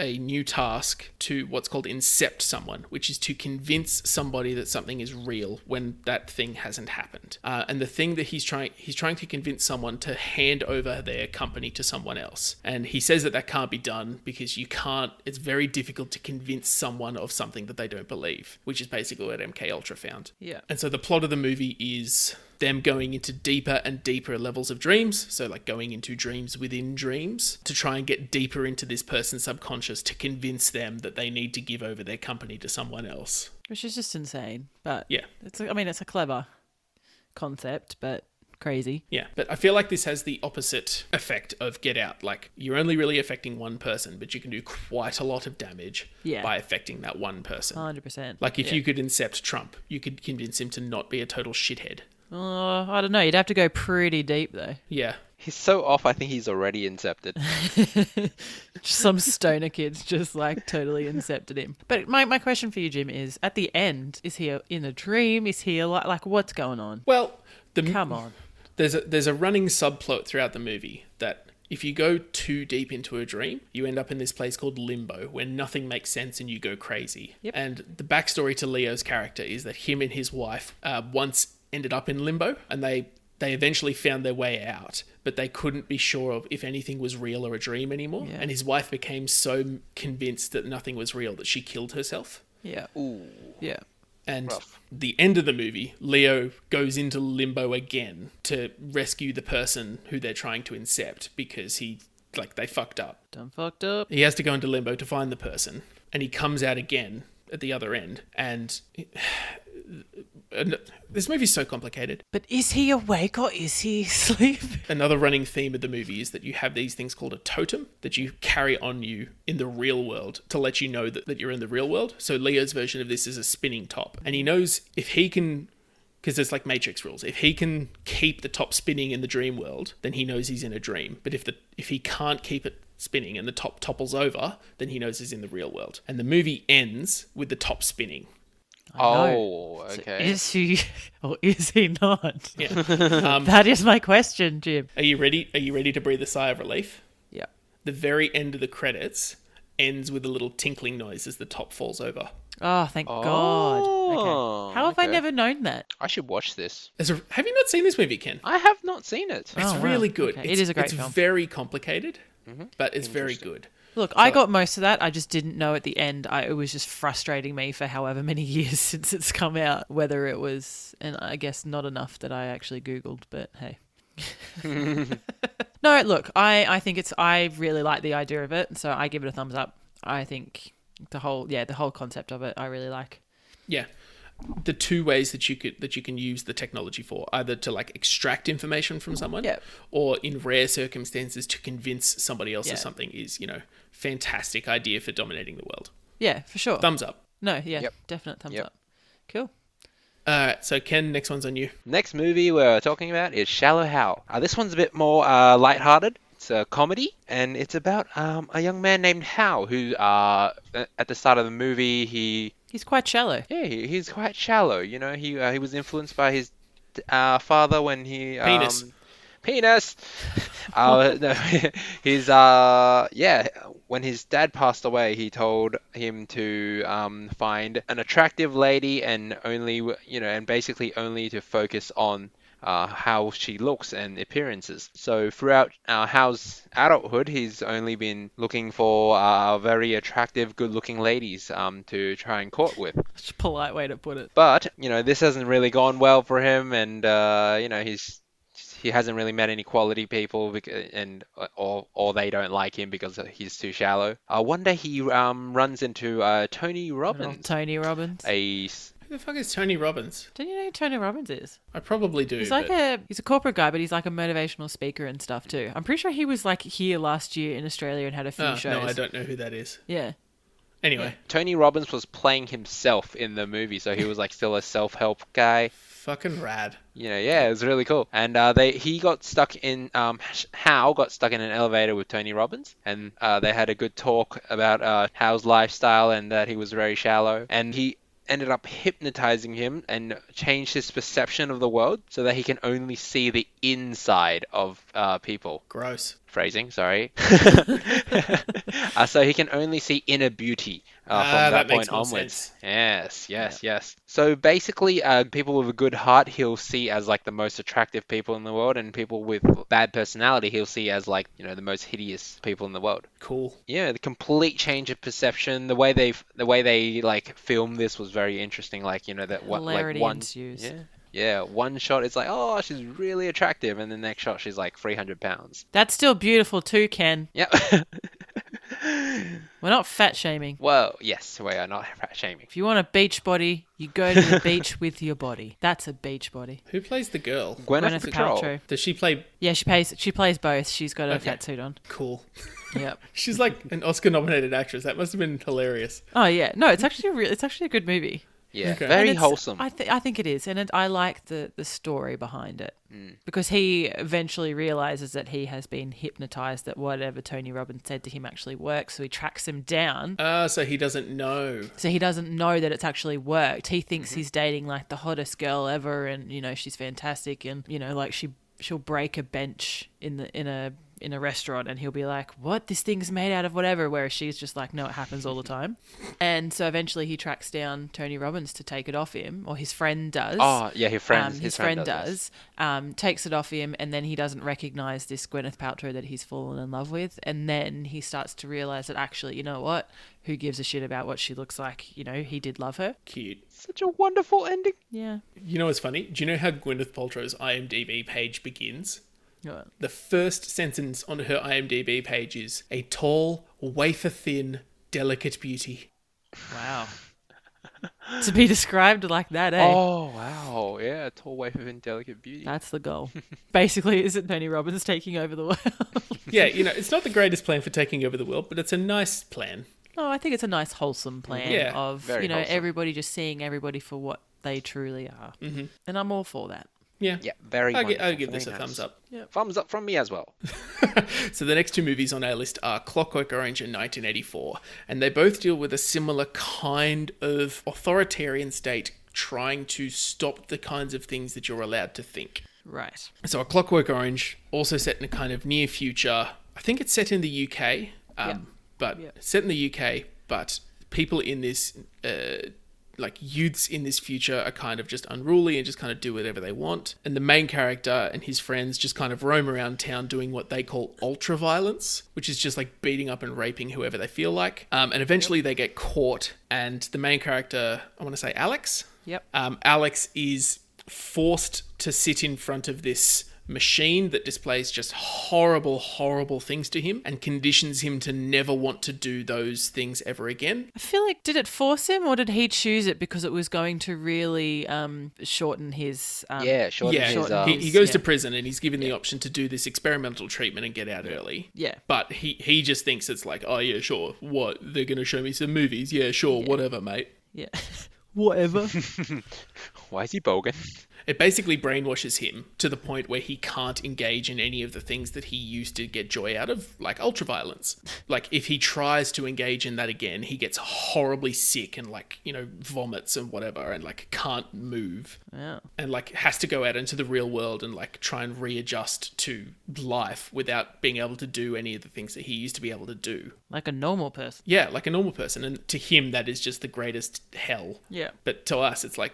a new task to what's called incept someone, which is to convince somebody that something is real when that thing hasn't happened. Uh, and the thing that he's trying he's trying to convince someone to hand over their company to someone else. And he says that that can't be done because you can't. It's very difficult to convince someone of something that they don't believe, which is basically what MK Ultra found.
Yeah.
And so the plot of the movie is them going into deeper and deeper levels of dreams. So, like going into dreams within dreams to try and get deeper into this person's subconscious to convince them that they need to give over their company to someone else.
which is just insane. But
Yeah.
it's a- I mean, it's a clever concept, but crazy.
Yeah, but I feel like this has the opposite effect of Get Out. Like, you're only really affecting one person, but you can do quite a lot of damage
Yeah. Oh,
by affecting that one person.
Hundred percent.
like, if you could incept Trump, you could convince him to not be a total shithead.
Oh, I don't know. You'd have to go pretty deep though.
Yeah.
He's so off. I think he's already incepted.
Just some stoner kids just like totally incepted him. But my, my question for you, Jim, is at the end, is he in a dream? Is he like like what's going on?
Well, the
Come on.
there's a there's a running subplot throughout the movie that if you go too deep into a dream, you end up in this place called limbo where nothing makes sense and you go crazy.
Yep.
And the backstory to Leo's character is that him and his wife uh, once ended up in limbo and they they eventually found their way out, but they couldn't be sure of if anything was real or a dream anymore.
Yeah.
And his wife became so convinced that nothing was real that she killed herself.
Yeah.
Ooh.
Yeah.
And
Rough.
the end of the movie, Leo goes into limbo again to rescue the person who they're trying to incept because he, like, they fucked up.
Done fucked up.
He has to go into limbo to find the person, and he comes out again at the other end. And, and this movie's so complicated.
But is he awake or is he asleep?
Another running theme of the movie is that you have these things called a totem that you carry on you in the real world to let you know that, that you're in the real world. So Leo's version of this is a spinning top. And he knows if he can, because it's like Matrix rules, if he can keep the top spinning in the dream world, then he knows he's in a dream. But if the if he can't keep it spinning and the top topples over, then he knows he's in the real world. And the movie ends with the top spinning.
Oh, okay.
Is he or is he not?
Yeah. Um,
That is my question, Jim.
Are you ready? Are you ready to breathe a sigh of relief?
Yeah.
the very end of the credits ends with a little tinkling noise as the top falls over.
Oh, thank God.
Oh,
Okay. How have I
okay.
never known that?
I should watch this.
There's a- have you not seen this movie, Ken?
I have not seen it.
Oh,
It's
wow.
really good.
Okay, it
It's,
is a great
it's
film.
very complicated,
Mm-hmm.
but it's very good.
Look, I got most of that. I just didn't know at the end. I, it was just frustrating me for however many years since it's come out, whether it was, and I guess not enough that I actually Googled, but hey. no, look, I, I think it's, I really like the idea of it, so I give it a thumbs up. I think the whole, yeah, the whole concept of it, I really like.
Yeah. The two ways that you could that you can use the technology for either to like extract information from someone,
Yeah.
or in rare circumstances to convince somebody else
Yeah.
of something is you know fantastic idea for dominating the world.
Yeah, for sure.
Thumbs up.
no, yeah,
Yep.
definite thumbs
Yep.
up. Cool.
All right, Uh, so Ken, next one's on you.
Next movie we're talking about is Shallow Hal. Uh, this one's a bit more uh, lighthearted. It's a comedy, and it's about um, a young man named Hal who, uh, a- at the start of the movie, he
He's quite shallow.
yeah he, he's quite shallow. You know, he uh, he was influenced by his uh, father when he um,
Penis.
penis. uh, no, his uh yeah when his dad passed away, he told him to um, find an attractive lady and only you know and basically only to focus on uh, how she looks and appearances. So throughout uh, Howe's adulthood, he's only been looking for uh, very attractive, good-looking ladies um, to try and court with.
Such a polite way to put it.
But you know, this hasn't really gone well for him, and uh, you know, he's he hasn't really met any quality people, bec- and uh, or or they don't like him because he's too shallow. Uh, one day he um, runs into uh, Tony
Little
Robbins,
Tony Robbins.
a s-
Who the fuck is Tony Robbins?
Don't you know who Tony Robbins is?
I probably do.
He's like
but-
a he's a corporate guy, but he's like a motivational speaker and stuff too. I'm pretty sure he was like here last year in Australia and had a few
Oh,
shows.
no, I don't know who that is.
Yeah.
Anyway,
Tony Robbins was playing himself in the movie, so he was like still a self-help guy.
fucking rad.
You know, yeah, it was really cool. And uh, they he got stuck in um, Hal got stuck in an elevator with Tony Robbins, and uh, they had a good talk about uh, Hal's lifestyle and that he was very shallow, and he ended up hypnotizing him and changed his perception of the world so that he can only see the inside of uh, people
Gross.
phrasing, sorry. uh, so he can only see inner beauty uh, from that,
Ah, that
point
makes more
onwards.
sense.
Yes, yes, yes. So basically, uh, people with a good heart he'll see as like the most attractive people in the world, and people with bad personality he'll see as like you know the most hideous people in the world.
Cool.
Yeah, the complete change of perception. The way they the way they like film this was very interesting. Like you know that what like
Hilarity
one
ensues.
yeah. Yeah, one shot it's like, oh, she's really attractive, and the next shot she's like 300 pounds.
That's still beautiful too, Ken.
Yep.
We're not fat shaming.
well, yes, we are not fat shaming.
If you want a beach body, you go to the beach with your body. That's a beach body.
Who plays the girl?
Gwyneth, Paltrow.
Does she play
Yeah, she plays. She plays both. She's got a
Okay.
fat suit on.
cool?
Yep.
She's like an Oscar-nominated actress. That must have been hilarious.
Oh yeah. No, it's actually a real it's actually a good movie.
Yeah,
Okay.
And
very
it's-
wholesome.
I, th- I think it is, and it, I like the, the story behind it
Mm.
because he eventually realizes that he has been hypnotized that whatever Tony Robbins said to him actually works, so he tracks him down.
Ah, so he doesn't know.
so he doesn't know that it's actually worked. He thinks
Mm-hmm.
he's dating like the hottest girl ever, and you know she's fantastic, and you know like she she'll break a bench in the in a in a restaurant, and he'll be like, "What? This thing's made out of whatever." Whereas she's just like, "No, it happens all the time." And so eventually he tracks down Tony Robbins to take it off him, or his friend does.
oh, yeah, his friend,
Um, his, friend, does, um, takes it off him, and then he doesn't recognize this Gwyneth Paltrow that he's fallen in love with, and then he starts to realize that actually, you know what? Who gives a shit about what she looks like? You know, he did love her.
Cute.
Such a wonderful ending.
Yeah.
You know what's funny? Do you know how Gwyneth Paltrow's IMDb page begins?
Yeah.
The first sentence on her IMDb page is a tall, wafer thin, delicate beauty.
Wow. to be described like that, eh?
Oh, wow. Yeah, a tall waif of indelicate beauty.
That's the goal. Basically, is it Tony Robbins taking over the world?
Yeah, you know, it's not the greatest plan for taking over the world, but it's a nice plan.
no, Oh, I think it's a nice, wholesome plan
Yeah,
of,
very
you know,
wholesome.
everybody just seeing everybody for what they truly are. Mm-hmm. And I'm all for that.
Yeah.
Yeah, very
I'll, gi- I'll
wonderful,
give this a
very nice.
thumbs up.
Thumbs up from me as well.
So the next two movies on our list are Clockwork Orange and 1984, and they both deal with a similar kind of authoritarian state trying to stop the kinds of things that you're allowed to think.
Right.
So, A Clockwork Orange, also set in a kind of near future. I think it's set in the UK, um, but set in the UK, but people in this, uh, like youths in this future, are kind of just unruly and just kind of do whatever they want. And the main character and his friends just kind of roam around town doing what they call ultra violence, which is just like beating up and raping whoever they feel like. Um, and eventually they get caught, and the main character, I want to say Alex.
Yep.
Um, Alex is forced to sit in front of this machine that displays just horrible, horrible things to him and conditions him to never want to do those things ever again.
I feel like did it force him or did he choose it because it was going to really um, shorten his um,
Yeah, sure.
Yeah,
His,
shorten
um,
he, he
his-
goes to
yeah.
prison and he's given the option to do this experimental treatment and get out early.
Yeah.
But he, he just thinks it's like, oh, yeah, sure. What? They're going to show me some movies. Yeah, sure. Whatever, mate.
yeah whatever
Why is he bogan?
It basically brainwashes him to the point where he can't engage in any of the things that he used to get joy out of, like ultraviolence. Like, if he tries to engage in that again, he gets horribly sick and, like, you know, vomits and whatever and, like, can't move
yeah
and, like, has to go out into the real world and, like, try and readjust to life without being able to do any of the things that he used to be able to do.
like a normal person
Yeah, like a normal person. And to him, that is just the greatest hell.
yeah
But to us, it's like,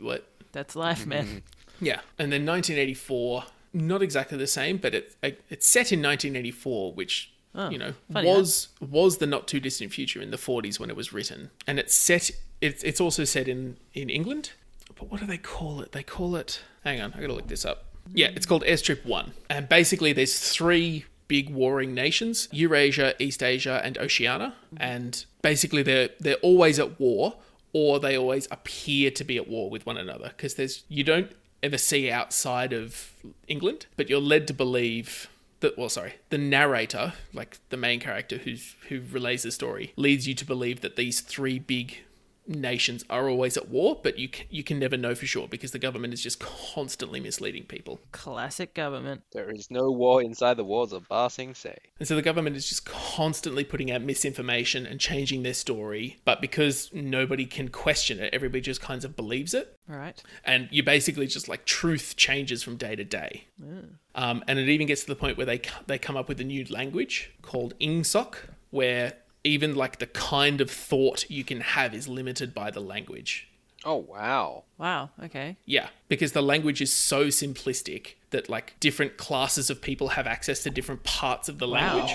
what?
Mm-hmm.
that's life man
Yeah, and then 1984, not exactly the same, but it, it it's set in 1984, which you know
funny
was was the not too distant future in the 40s when it was written, and it's set. It's it's also set in in England, but what do they call it? They call it. Hang on, I gotta look this up. Yeah, it's called Airstrip One, and basically there's three big warring nations: Eurasia, East Asia, and Oceania, and basically they're they're always at war. Or they always appear to be at war with one another because there's you don't ever see outside of England, but you're led to believe that well sorry, the narrator, like the main character who's who relays the story, leads you to believe that these three big nations are always at war, but you c- you can never know for sure because the government is just constantly misleading people.
Classic government.
There is no war inside the walls of Ba Sing Se.
And so the government is just constantly putting out misinformation and changing their story, but because nobody can question it, everybody just kind of believes it.
Right.
and you basically just like truth changes from day to day. Um, and it even gets to the point where they c- they come up with a new language called Ingsoc, where even like the kind of thought you can have is limited by the language.
Oh wow.
Wow. Okay.
Yeah, because the language is so simplistic that like different classes of people have access to different parts of the language.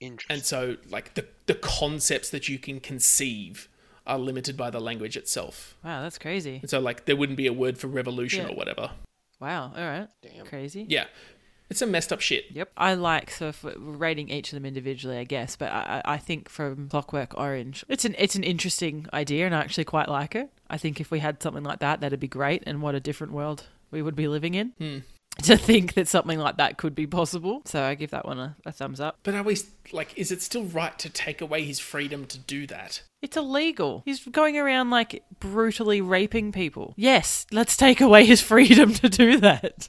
Interesting.
And so like the the concepts that you can conceive are limited by the language itself.
Wow, that's crazy.
And so like there wouldn't be a word for revolution
Yeah.
or whatever.
Wow. All right.
Damn.
Crazy.
Yeah. It's a messed up shit.
Yep. I like so if we're rating each of them individually, I guess, but I, I I think from Clockwork Orange, it's an it's an interesting idea, and I actually quite like it. I think if we had something like that, that'd be great, and what a different world we would be living in.
Hmm.
To think that something like that could be possible, so I give that one a, a thumbs up.
But are we like is it still right to take away his freedom to do that?
It's illegal. He's going around like brutally raping people. Yes, let's take away his freedom to do that.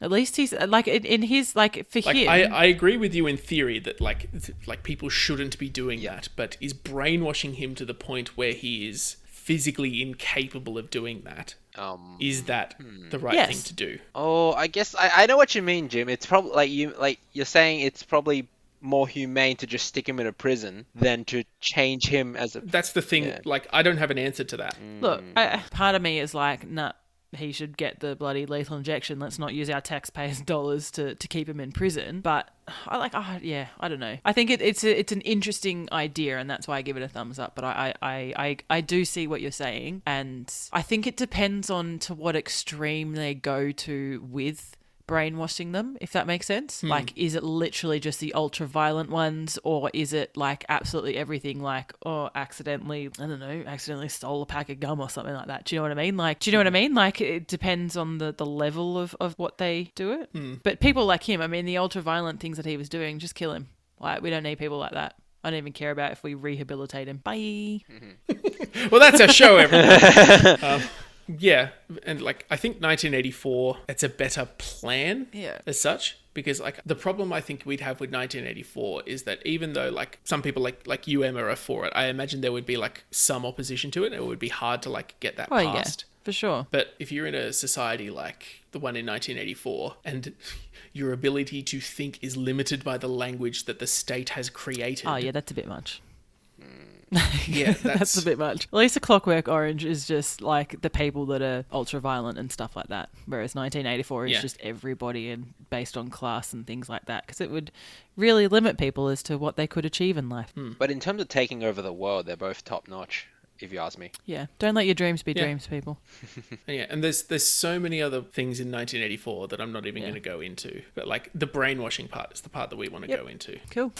At least he's like in, in his like for
Like
him.
I, I agree with you in theory that like th- like people shouldn't be doing that, but is brainwashing him to the point where he is physically incapable of doing that.
um.
Is that the right
Yes.
thing to do?
Oh, I guess I, I know what you mean, Jim. It's probably like you like you're saying it's probably more humane to just stick him in a prison than to change him as a.
That's the thing.
Yeah.
Like I don't have an answer to that.
Look, I, part of me is like, nah, he should get the bloody lethal injection. Let's not use our taxpayers' dollars to, to keep him in prison. But I like, oh, yeah, I don't know. I think it, it's a, it's an interesting idea, and that's why I give it a thumbs up. But I, I, I, I, I do see what you're saying, and I think it depends on to what extreme they go to with brainwashing them, if that makes sense. Like, is it literally just the ultra violent ones, or is it like absolutely everything, like, oh, accidentally, I don't know, accidentally stole a pack of gum or something like that? Do you know what I mean? Like, do you know what I mean? Like, it depends on the, the level of, of what they do it. But people like him, I mean, the ultra violent things that he was doing, just kill him. Like, we don't need people like that. I don't even care about if we rehabilitate him. Bye.
Well, that's our show, everyone. um, yeah, and like I think 1984, it's a better plan.
Yeah.
as such because like the problem i think we'd have with 1984 is that even though like some people like like you emma are for it i imagine there would be like some opposition to it and it would be hard to like get that
Well, yeah,
passed
for sure.
but if you're in a society like the one in 1984 and your ability to think is limited by the language that the state has created
Oh, yeah, that's a bit much.
yeah
That's a bit much. At least the Clockwork Orange is just like the people that are ultra violent and stuff like that. Whereas 1984 is
Yeah.
just everybody and based on class and things like that. Because it would really limit people as to what they could achieve in life.
But in terms of taking over the world, they're both top notch. If you ask me.
Yeah. Don't let your dreams be dreams, people.
And yeah, and there's there's so many other things in 1984 that I'm not even going to go into. But like the brainwashing part is the part that we want to go into.
Cool.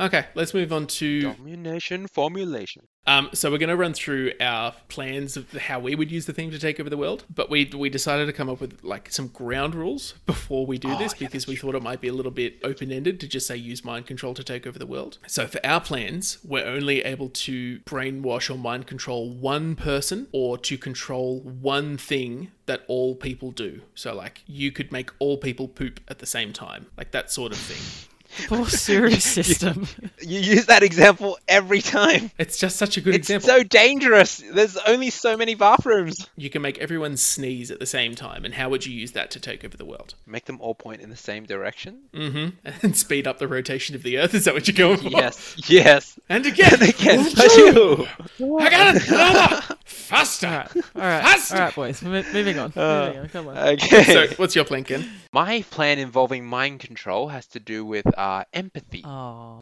Okay, let's move on to
Domination formulation.
Um, so we're going to run through our plans of how we would use the thing to take over the world, but we we decided to come up with like some ground rules before we do this because we thought it might be a little bit open ended to just say use mind control to take over the world. So for our plans, we're only able to brainwash or mind control one person or to control one thing that all people do. So like you could make all people poop at the same time, like that sort of thing.
Poor sewer system.
You use that example every time.
It's just such a good
It's
example.
so dangerous. There's only so many bathrooms.
you can make everyone sneeze at the same time, and how would you use that to take over the world?
Make them all point in the same direction.
Mm. and speed up the rotation of the Earth. Is that what you're going for?
Yes. Yes.
And again,
They can't touch you.
I got it. Ah! Faster!
All right, all right,
Faster!
all right, boys. Mo- moving on. moving on. Come on.
Okay.
So, what's your plan, Ken?
My plan involving mind control has to do with uh, empathy.
oh,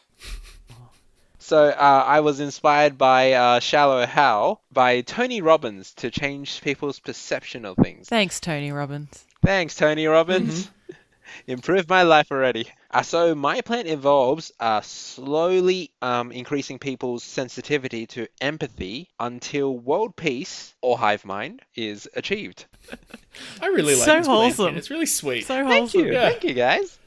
So uh, I was inspired by uh, Shallow Hal by Tony Robbins to change people's perception of things.
thanks, Tony Robbins.
Thanks, Tony
Mm-hmm.
Robbins. Improved my life already. Uh, so my plan involves uh, slowly um, increasing people's sensitivity to empathy until world peace or hive mind is achieved.
I really like
So
this plan, Ken.
wholesome.
It's really sweet.
So
Thank
wholesome.
you,
Yeah.
thank you guys.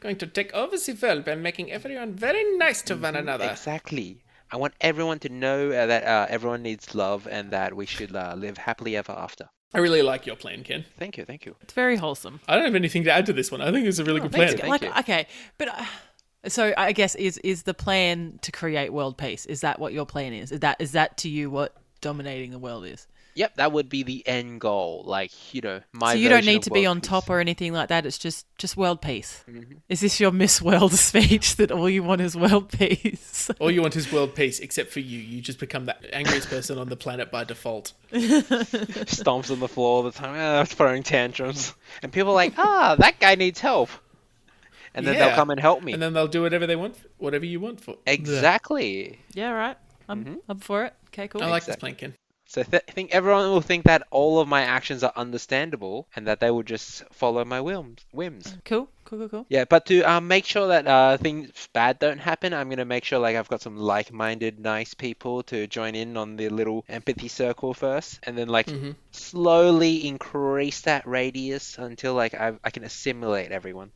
Going to take over the world by making everyone very nice to
Mm-hmm.
one another.
Exactly. I want everyone to know uh, that uh, everyone needs love and that we should uh, live happily ever after.
I really like your plan, Ken.
Thank you, thank you.
It's very wholesome.
I don't have anything to add to this one. I think it's a
Oh,
really good
Thanks,
plan.
Thank
like,
you.
okay, but uh, so I guess is is the plan to create world peace? Is that what your plan is? Is that is that to you what dominating the world is?
Yep, that would be the end goal. Like, you know, my
so you don't
version
need
of
to be
world
on
peace. Mm-hmm.
top or anything like that. It's just just world peace. Is this your Miss World speech that all you want is world peace?
All you want is world peace, except for you. You just become the angriest person on the planet by default.
Stomps on the floor all the time, ah, throwing tantrums. And people are like, ah, that guy needs help. And then
Yeah.
they'll come and help me.
And then they'll do whatever they want, whatever you want for.
Exactly.
yeah, right. I'm
Mm-hmm.
I'm for it. Okay, cool.
I like this plan, Ken.
So th- I think everyone will think that all of my actions are understandable and that they will just follow my whims. whims.
Cool, cool, cool, cool.
Yeah, but to um, make sure that uh, things bad don't happen, I'm gonna make sure like I've got some like-minded, nice people to join in on the little empathy circle first, and then like
Mm-hmm.
slowly increase that radius until like I I can assimilate everyone.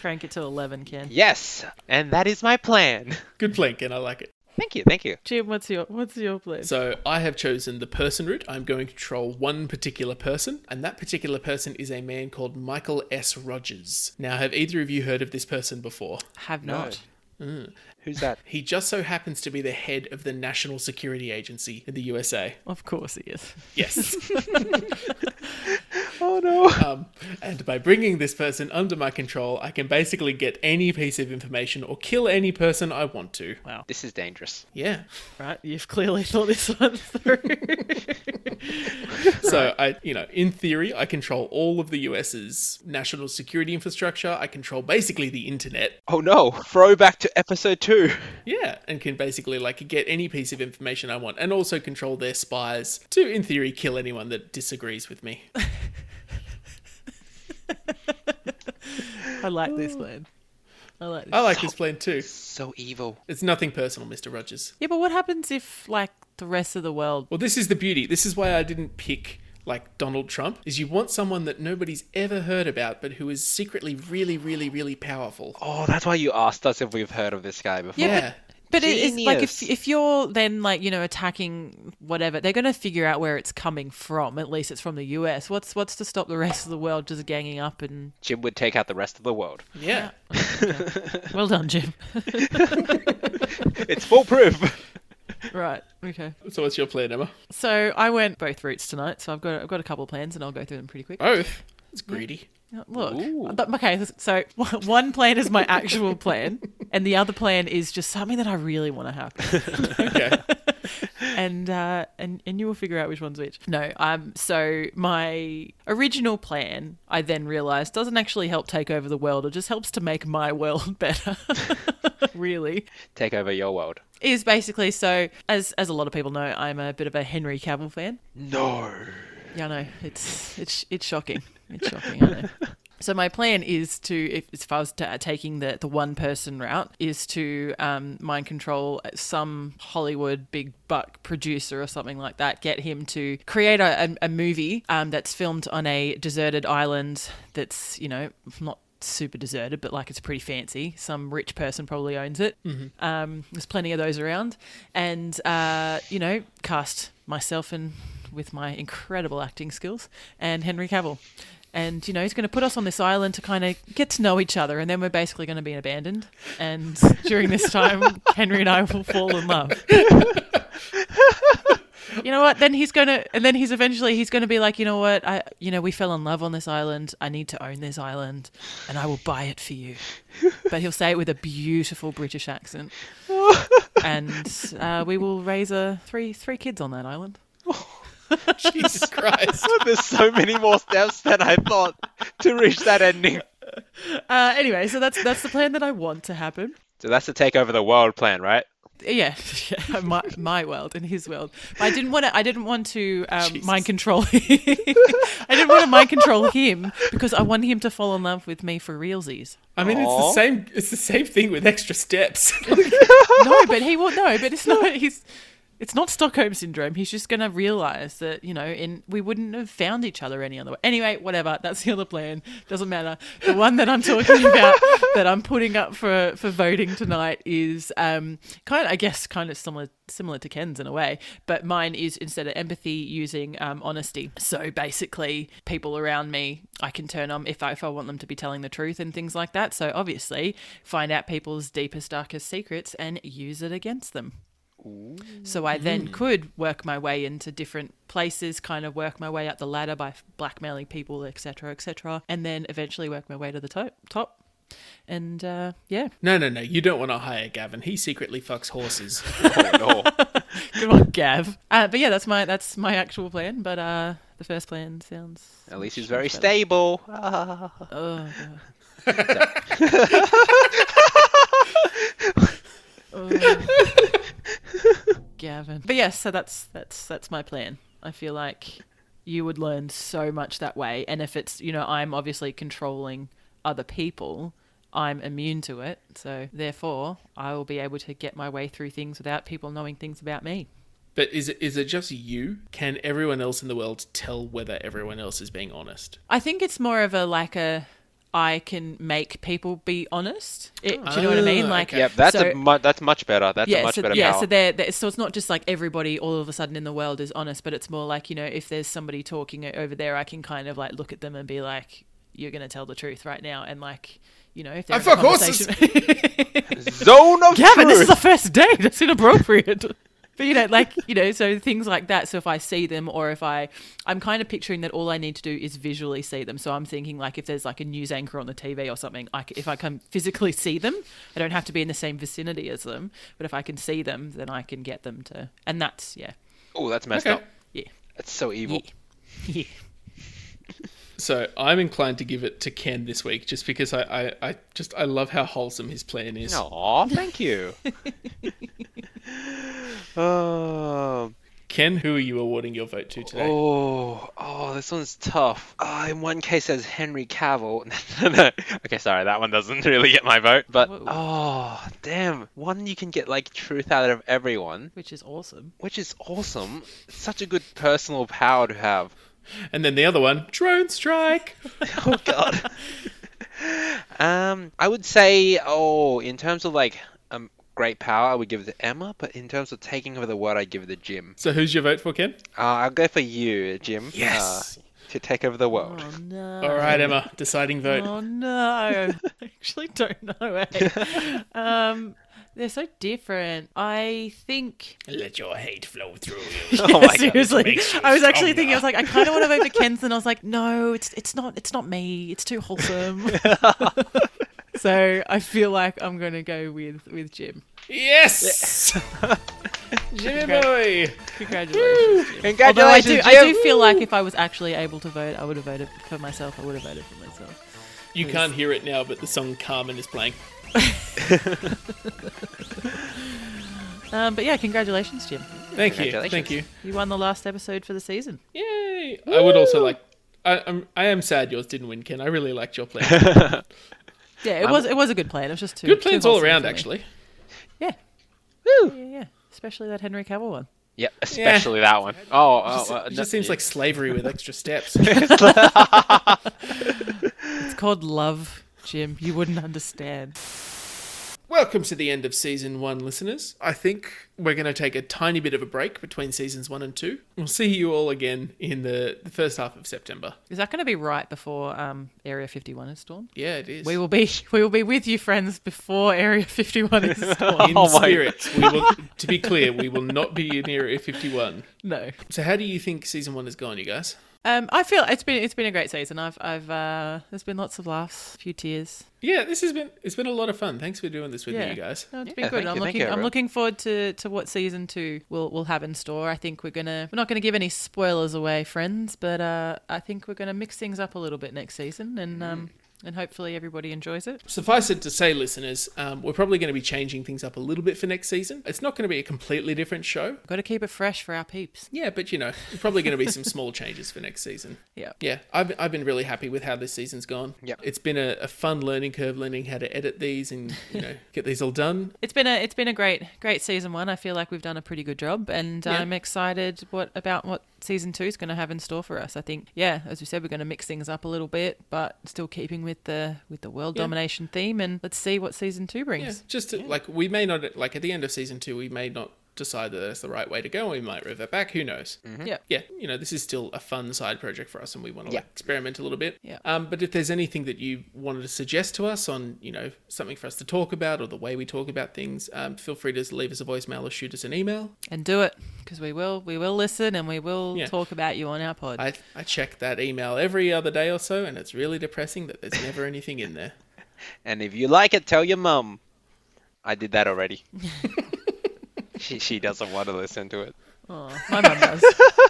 Crank it to eleven, Ken.
Yes, and that is my plan.
Good plan, Ken. I like it.
thank you, thank you.
Jim, what's your what's your plan?
So I have chosen the person route. I'm going to troll one particular person, and that particular person is a man called Michael S. Rogers. Now, have either of you heard of this person before?
Have not.
Who's that?
He just so happens to be the head of the National Security Agency in the USA.
Of course he is.
Yes.
Oh no.
Um, and by bringing this person under my control, I can basically get any piece of information or kill any person I want to.
This is dangerous.
Yeah.
Right, you've clearly thought this one through.
So I, you know, in theory, I control all of the US's national security infrastructure. I control basically the internet.
Oh no. Throwback to episode two.
Yeah, and can basically like get any piece of information I want, and also control their spies to, in theory, kill anyone that disagrees with me.
I like this plan. I like this.
I like this plan too.
So evil.
It's nothing personal, Mr. Rogers.
Yeah, but what happens if like the rest of the world?
Well, this is the beauty. This is why I didn't pick like Donald Trump. Is you want someone that nobody's ever heard about, but who is secretly really, really, really powerful.
Oh, that's why you asked us if we've heard of this guy before.
Yeah,
Yeah.
But it is like if
Genius.
if you're then like you know attacking whatever, they're going to figure out where it's coming from. At least it's from the US. What's what's to stop the rest of the world just ganging up and
Jim would take out the rest of the world.
Yeah.
well done, Jim.
It's foolproof.
right. Okay.
So what's your plan, Emma?
So I went both routes tonight. So I've got I've got a couple of plans and I'll go through them pretty quick.
Both. It's greedy.
Uh, Look,
Ooh.
but okay. So one plan is my actual plan, and the other plan is just something that I really want to happen.
Okay.
and uh, and and you will figure out which one's which. No, um. So my original plan, I then realised, doesn't actually help take over the world. It just helps to make my world better. really,
Take over your world.
is basically so. As as a lot of people know, I'm a bit of a Henry Cavill fan.
No.
Yeah, I know. It's it's it's shocking. It's shocking. I know. So my plan is to, if, if I was ta taking the, the one person route, is to um, mind control some Hollywood big buck producer or something like that. Get him to create a, a, a movie um, that's filmed on a deserted island. That's you know not super deserted, but like it's pretty fancy. Some rich person probably owns it. Um, there's plenty of those around, and uh, you know, cast myself in with my incredible acting skills and Henry Cavill. And you know, he's going to put us on this island to kind of get to know each other, and then we're basically going to be abandoned. And during this time, Henry and I will fall in love. you know what? Then he's gonna, and then he's eventually he's gonna be like, you know what? I, you know, we fell in love on this island. I need to own this island, and I will buy it for you. But he'll say it with a beautiful British accent, and uh, we will raise a three three kids on that island.
Jesus Christ.
There's so many more steps than I thought to reach that ending.
Uh, anyway, so that's that's the plan that I want to happen.
So that's the take over the world plan, right?
yeah, yeah, my, my world and his world. But I didn't want to. I didn't want to um, mind control. I didn't want to mind control him because I want him to fall in love with me for realsies.
I mean, it's
Aw.
the same. It's the same thing with extra steps.
No, but he will. No, but it's not. He's. It's not Stockholm syndrome. He's just going to realize that you know, and we wouldn't have found each other any other way. Anyway, whatever. That's the other plan. Doesn't matter. The one that I'm talking about, that I'm putting up for for voting tonight, is um kind. Of, I guess kind of similar similar to Ken's in a way, but mine is instead of empathy, using um, honesty. So basically, people around me, I can turn on if I, if I want them to be telling the truth and things like that. So obviously, find out people's deepest darkest secrets and use it against them. So I then could work my way into different places, kind of work my way up the ladder by blackmailing people, etc., etc., and then eventually work my way to the to- top. And uh, yeah,
no, no, no. You don't want to hire Gavin. He secretly fucks horses.
Oh, no.
good one, Gav. Uh, but yeah, that's my that's my actual plan. But uh, the first plan sounds
At least he's very stable. Ah.
oh, Gavin. But yes, so that's that's that's my plan. I feel like you would learn so much that way, and if it's you know I'm obviously controlling other people, I'm immune to it. So therefore, I will be able to get my way through things without people knowing things about me.
But is it is it just you? Can everyone else in the world tell whether everyone else is being honest?
I think it's more of a like a I can make people be honest. It, do you know what I mean?
Ah,
Like
okay.
Yep, that's
so-
a mu- that's much better. That's
yeah,
a much
so,
better
yeah,
power.
so they're, they so it's not just like everybody all of a sudden in the world is honest, but it's more like you know if there's somebody talking o- over there, I can kind of like look at them and be like, "You're gonna tell the truth right now," and like you know if they're
I
in a
fuck horses.
conversation-
Zone of
Gavin, this
truth.
is the first date. That's inappropriate. But you know, like you know, so things like that. So if I see them, or if I, I'm kind of picturing that all I need to do is visually see them. So I'm thinking like if there's like a news anchor on the TV or something, like if I can physically see them, I don't have to be in the same vicinity as them. But if I can see them, then I can get them to. And that's yeah,
oh, that's messed
Okay.
up.
yeah,
That's so evil.
yeah.
So I'm inclined to give it to Ken this week, just because I, I, I just I love how wholesome his plan is.
Aw, thank you. um,
Ken, who are you awarding your vote to today?
oh, oh, this one's tough. Uh, in one case, there's Henry Cavill. No, no, no. Okay, sorry, that one doesn't really get my vote. But
Whoa.
oh, damn, one you can get like truth out of everyone,
Which is awesome.
which is awesome. It's such a good personal power to have.
And then the other one, drone strike.
oh god. um, I would say, oh, in terms of like um, great power, I would give it to Emma. But in terms of taking over the world, I'd give it to Jim.
So who's your vote for, Ken?
Uh, I'll go for you, Jim.
Yes.
Uh, to take over the world.
Oh no.
Um,
All right, Emma, deciding vote.
uh,
Oh no, I actually don't know. eh? um, they're so different. I think.
Let your hate flow through you.
Oh my god.
Seriously,
makes you
I was actually thinking. I was like,
stronger.
I kind of want to vote for Ken's, and I was like, no, it's it's not it's not me. It's too wholesome. so I feel like I'm gonna go with with Jim.
yes, Jimmy boy.
Congratulations. Jim. Although I
Congratulations,
do,
Jim.
I do feel like if I was actually able to vote, I would have voted for myself. I would have voted for myself.
You can't hear it now, but the song Carmen is playing.
Um, but yeah, congratulations, Jim.
Thank you, thank
Congratulations.
you.
You won the last episode for the season.
Yay! I would also like. I, I'm. I am sad yours didn't win, Ken. I really liked your plan.
Yeah, it was it was a good plan. It was just too
Good
too
plans all
wholesome
around,
for me.
actually.
Yeah.
Woo.
Yeah, yeah. Especially that Henry Cavill one.
Yep, especially that one. Oh, oh,
Just-
uh,
it
no-
just seems like slavery with extra steps.
It's called Love, Jim. You wouldn't understand.
Welcome to the end of season one, listeners. I think we're going to take a tiny bit of a break between seasons one and two. We'll see you all again in the, the first half of September.
Is that going to be right before um, Area 51 is stormed?
Yeah, it is.
We will be we will be with you, friends, before Area 51 is stormed.
in
Oh my-
spirit. We will, to be clear, we will not be in Area 51.
no.
So, how do you think season one has gone, you guys?
Um, I feel it's been it's been a great season. I've I've uh, there's been lots of laughs, a few tears.
Yeah, this has been it's been a lot of fun. Thanks for doing this with
Yeah,
me, you guys.
No, it's
Yeah,
been good.
thank
I'm
you, thank
looking
you,
I'm
everyone.
looking forward to, to what season two will will have in store. I think we're gonna we're not gonna give any spoilers away, friends, but uh, I think we're gonna mix things up a little bit next season and um
Mm.
and hopefully everybody enjoys it.
Suffice it to say, listeners, um, we're probably going to be changing things up a little bit for next season. It's not going to be a completely different show.
Got to keep it fresh for our peeps.
Yeah, but you know, probably going to be some small changes for next season.
Yeah.
Yeah, I've, I've been really happy with how this season's gone.
Yep.
It's been a, a fun learning curve, learning how to edit these and, you know, get these all done.
It's been a it's been a great great season one. I feel like we've done a pretty good job, and
Yeah.
I'm excited what about what season two is going to have in store for us. I think yeah, as we said, we're going to mix things up a little bit, but still keeping with the with the world
Yeah.
domination theme. And let's see what season two
Yeah,
brings.
just to, like we may not, like at the end of season two, we may not decide that that's the right way to go. We might revert back. Who knows?
Yeah.
Yeah, Mm-hmm. you know, this is still a fun side project for us, and we want to like, experiment a little bit.
Yeah.
Um, but if there's anything that you wanted to suggest to us on, you know, something for us to talk about or the way we talk about things, um, feel free to leave us a voicemail or shoot us an email.
and do it because we will we will listen and we will
Yeah.
talk about you on our pod.
I I check that email every other day or so, and it's really depressing that there's never anything in there.
And if you like it, tell your mum. I did that already. she she doesn't want to listen to it.
Aw, my mum does.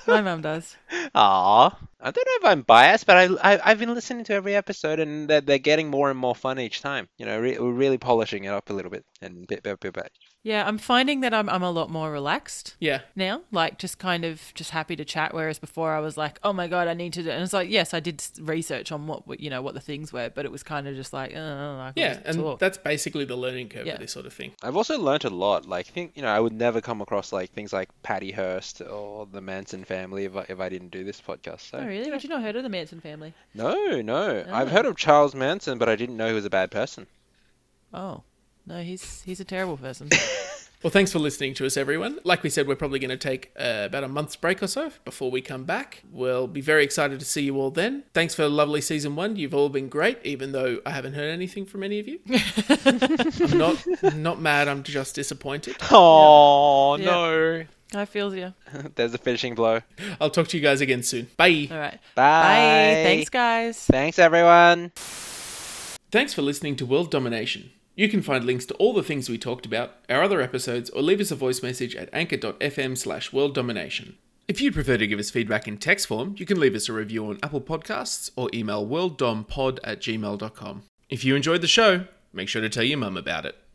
My mum does.
Aw. I don't know if I'm biased, but I, I I've been listening to every episode, and they're, they're getting more and more fun each time. You know, re- we're really polishing it up a little bit, and bit bit bit bit.
Yeah, I'm finding that I'm I'm a lot more relaxed.
Yeah.
now like just kind of just happy to chat whereas before i was like oh my god i need to do and it's like yes i did s- research on what you know what the things were but it was kind of just like oh, I can
Yeah,
just
and
talk.
that's basically the learning curve
Yeah.
for this sort of thing.
I've also learnt a lot. Like, think you know, I would never come across like things like Patty Hearst or the Manson family if I, if I didn't do this podcast. So
oh really had you not heard of the manson family
no, no, I've heard of Charles Manson, but I didn't know he was a bad person.
oh no he's he's a terrible person
Well, thanks for listening to us, everyone. Like we said, we're probably going to take uh, about a month's break or so before we come back. We'll be very excited to see you all then. Thanks for lovely season one. You've all been great, even though I haven't heard anything from any of you. I'm not not mad. I'm just disappointed.
Oh
Yeah.
no!
i feel you
There's a finishing blow.
I'll talk to you guys again soon. Bye.
all right
Bye.
bye. thanks guys
Thanks, everyone.
Thanks for listening to World Domination. You can find links to all the things we talked about, our other episodes, or leave us a voice message at anchor.fm slash world domination. If you'd prefer to give us feedback in text form, you can leave us a review on Apple Podcasts or email worlddompod at gmail.com. If you enjoyed the show, make sure to tell your mum about it.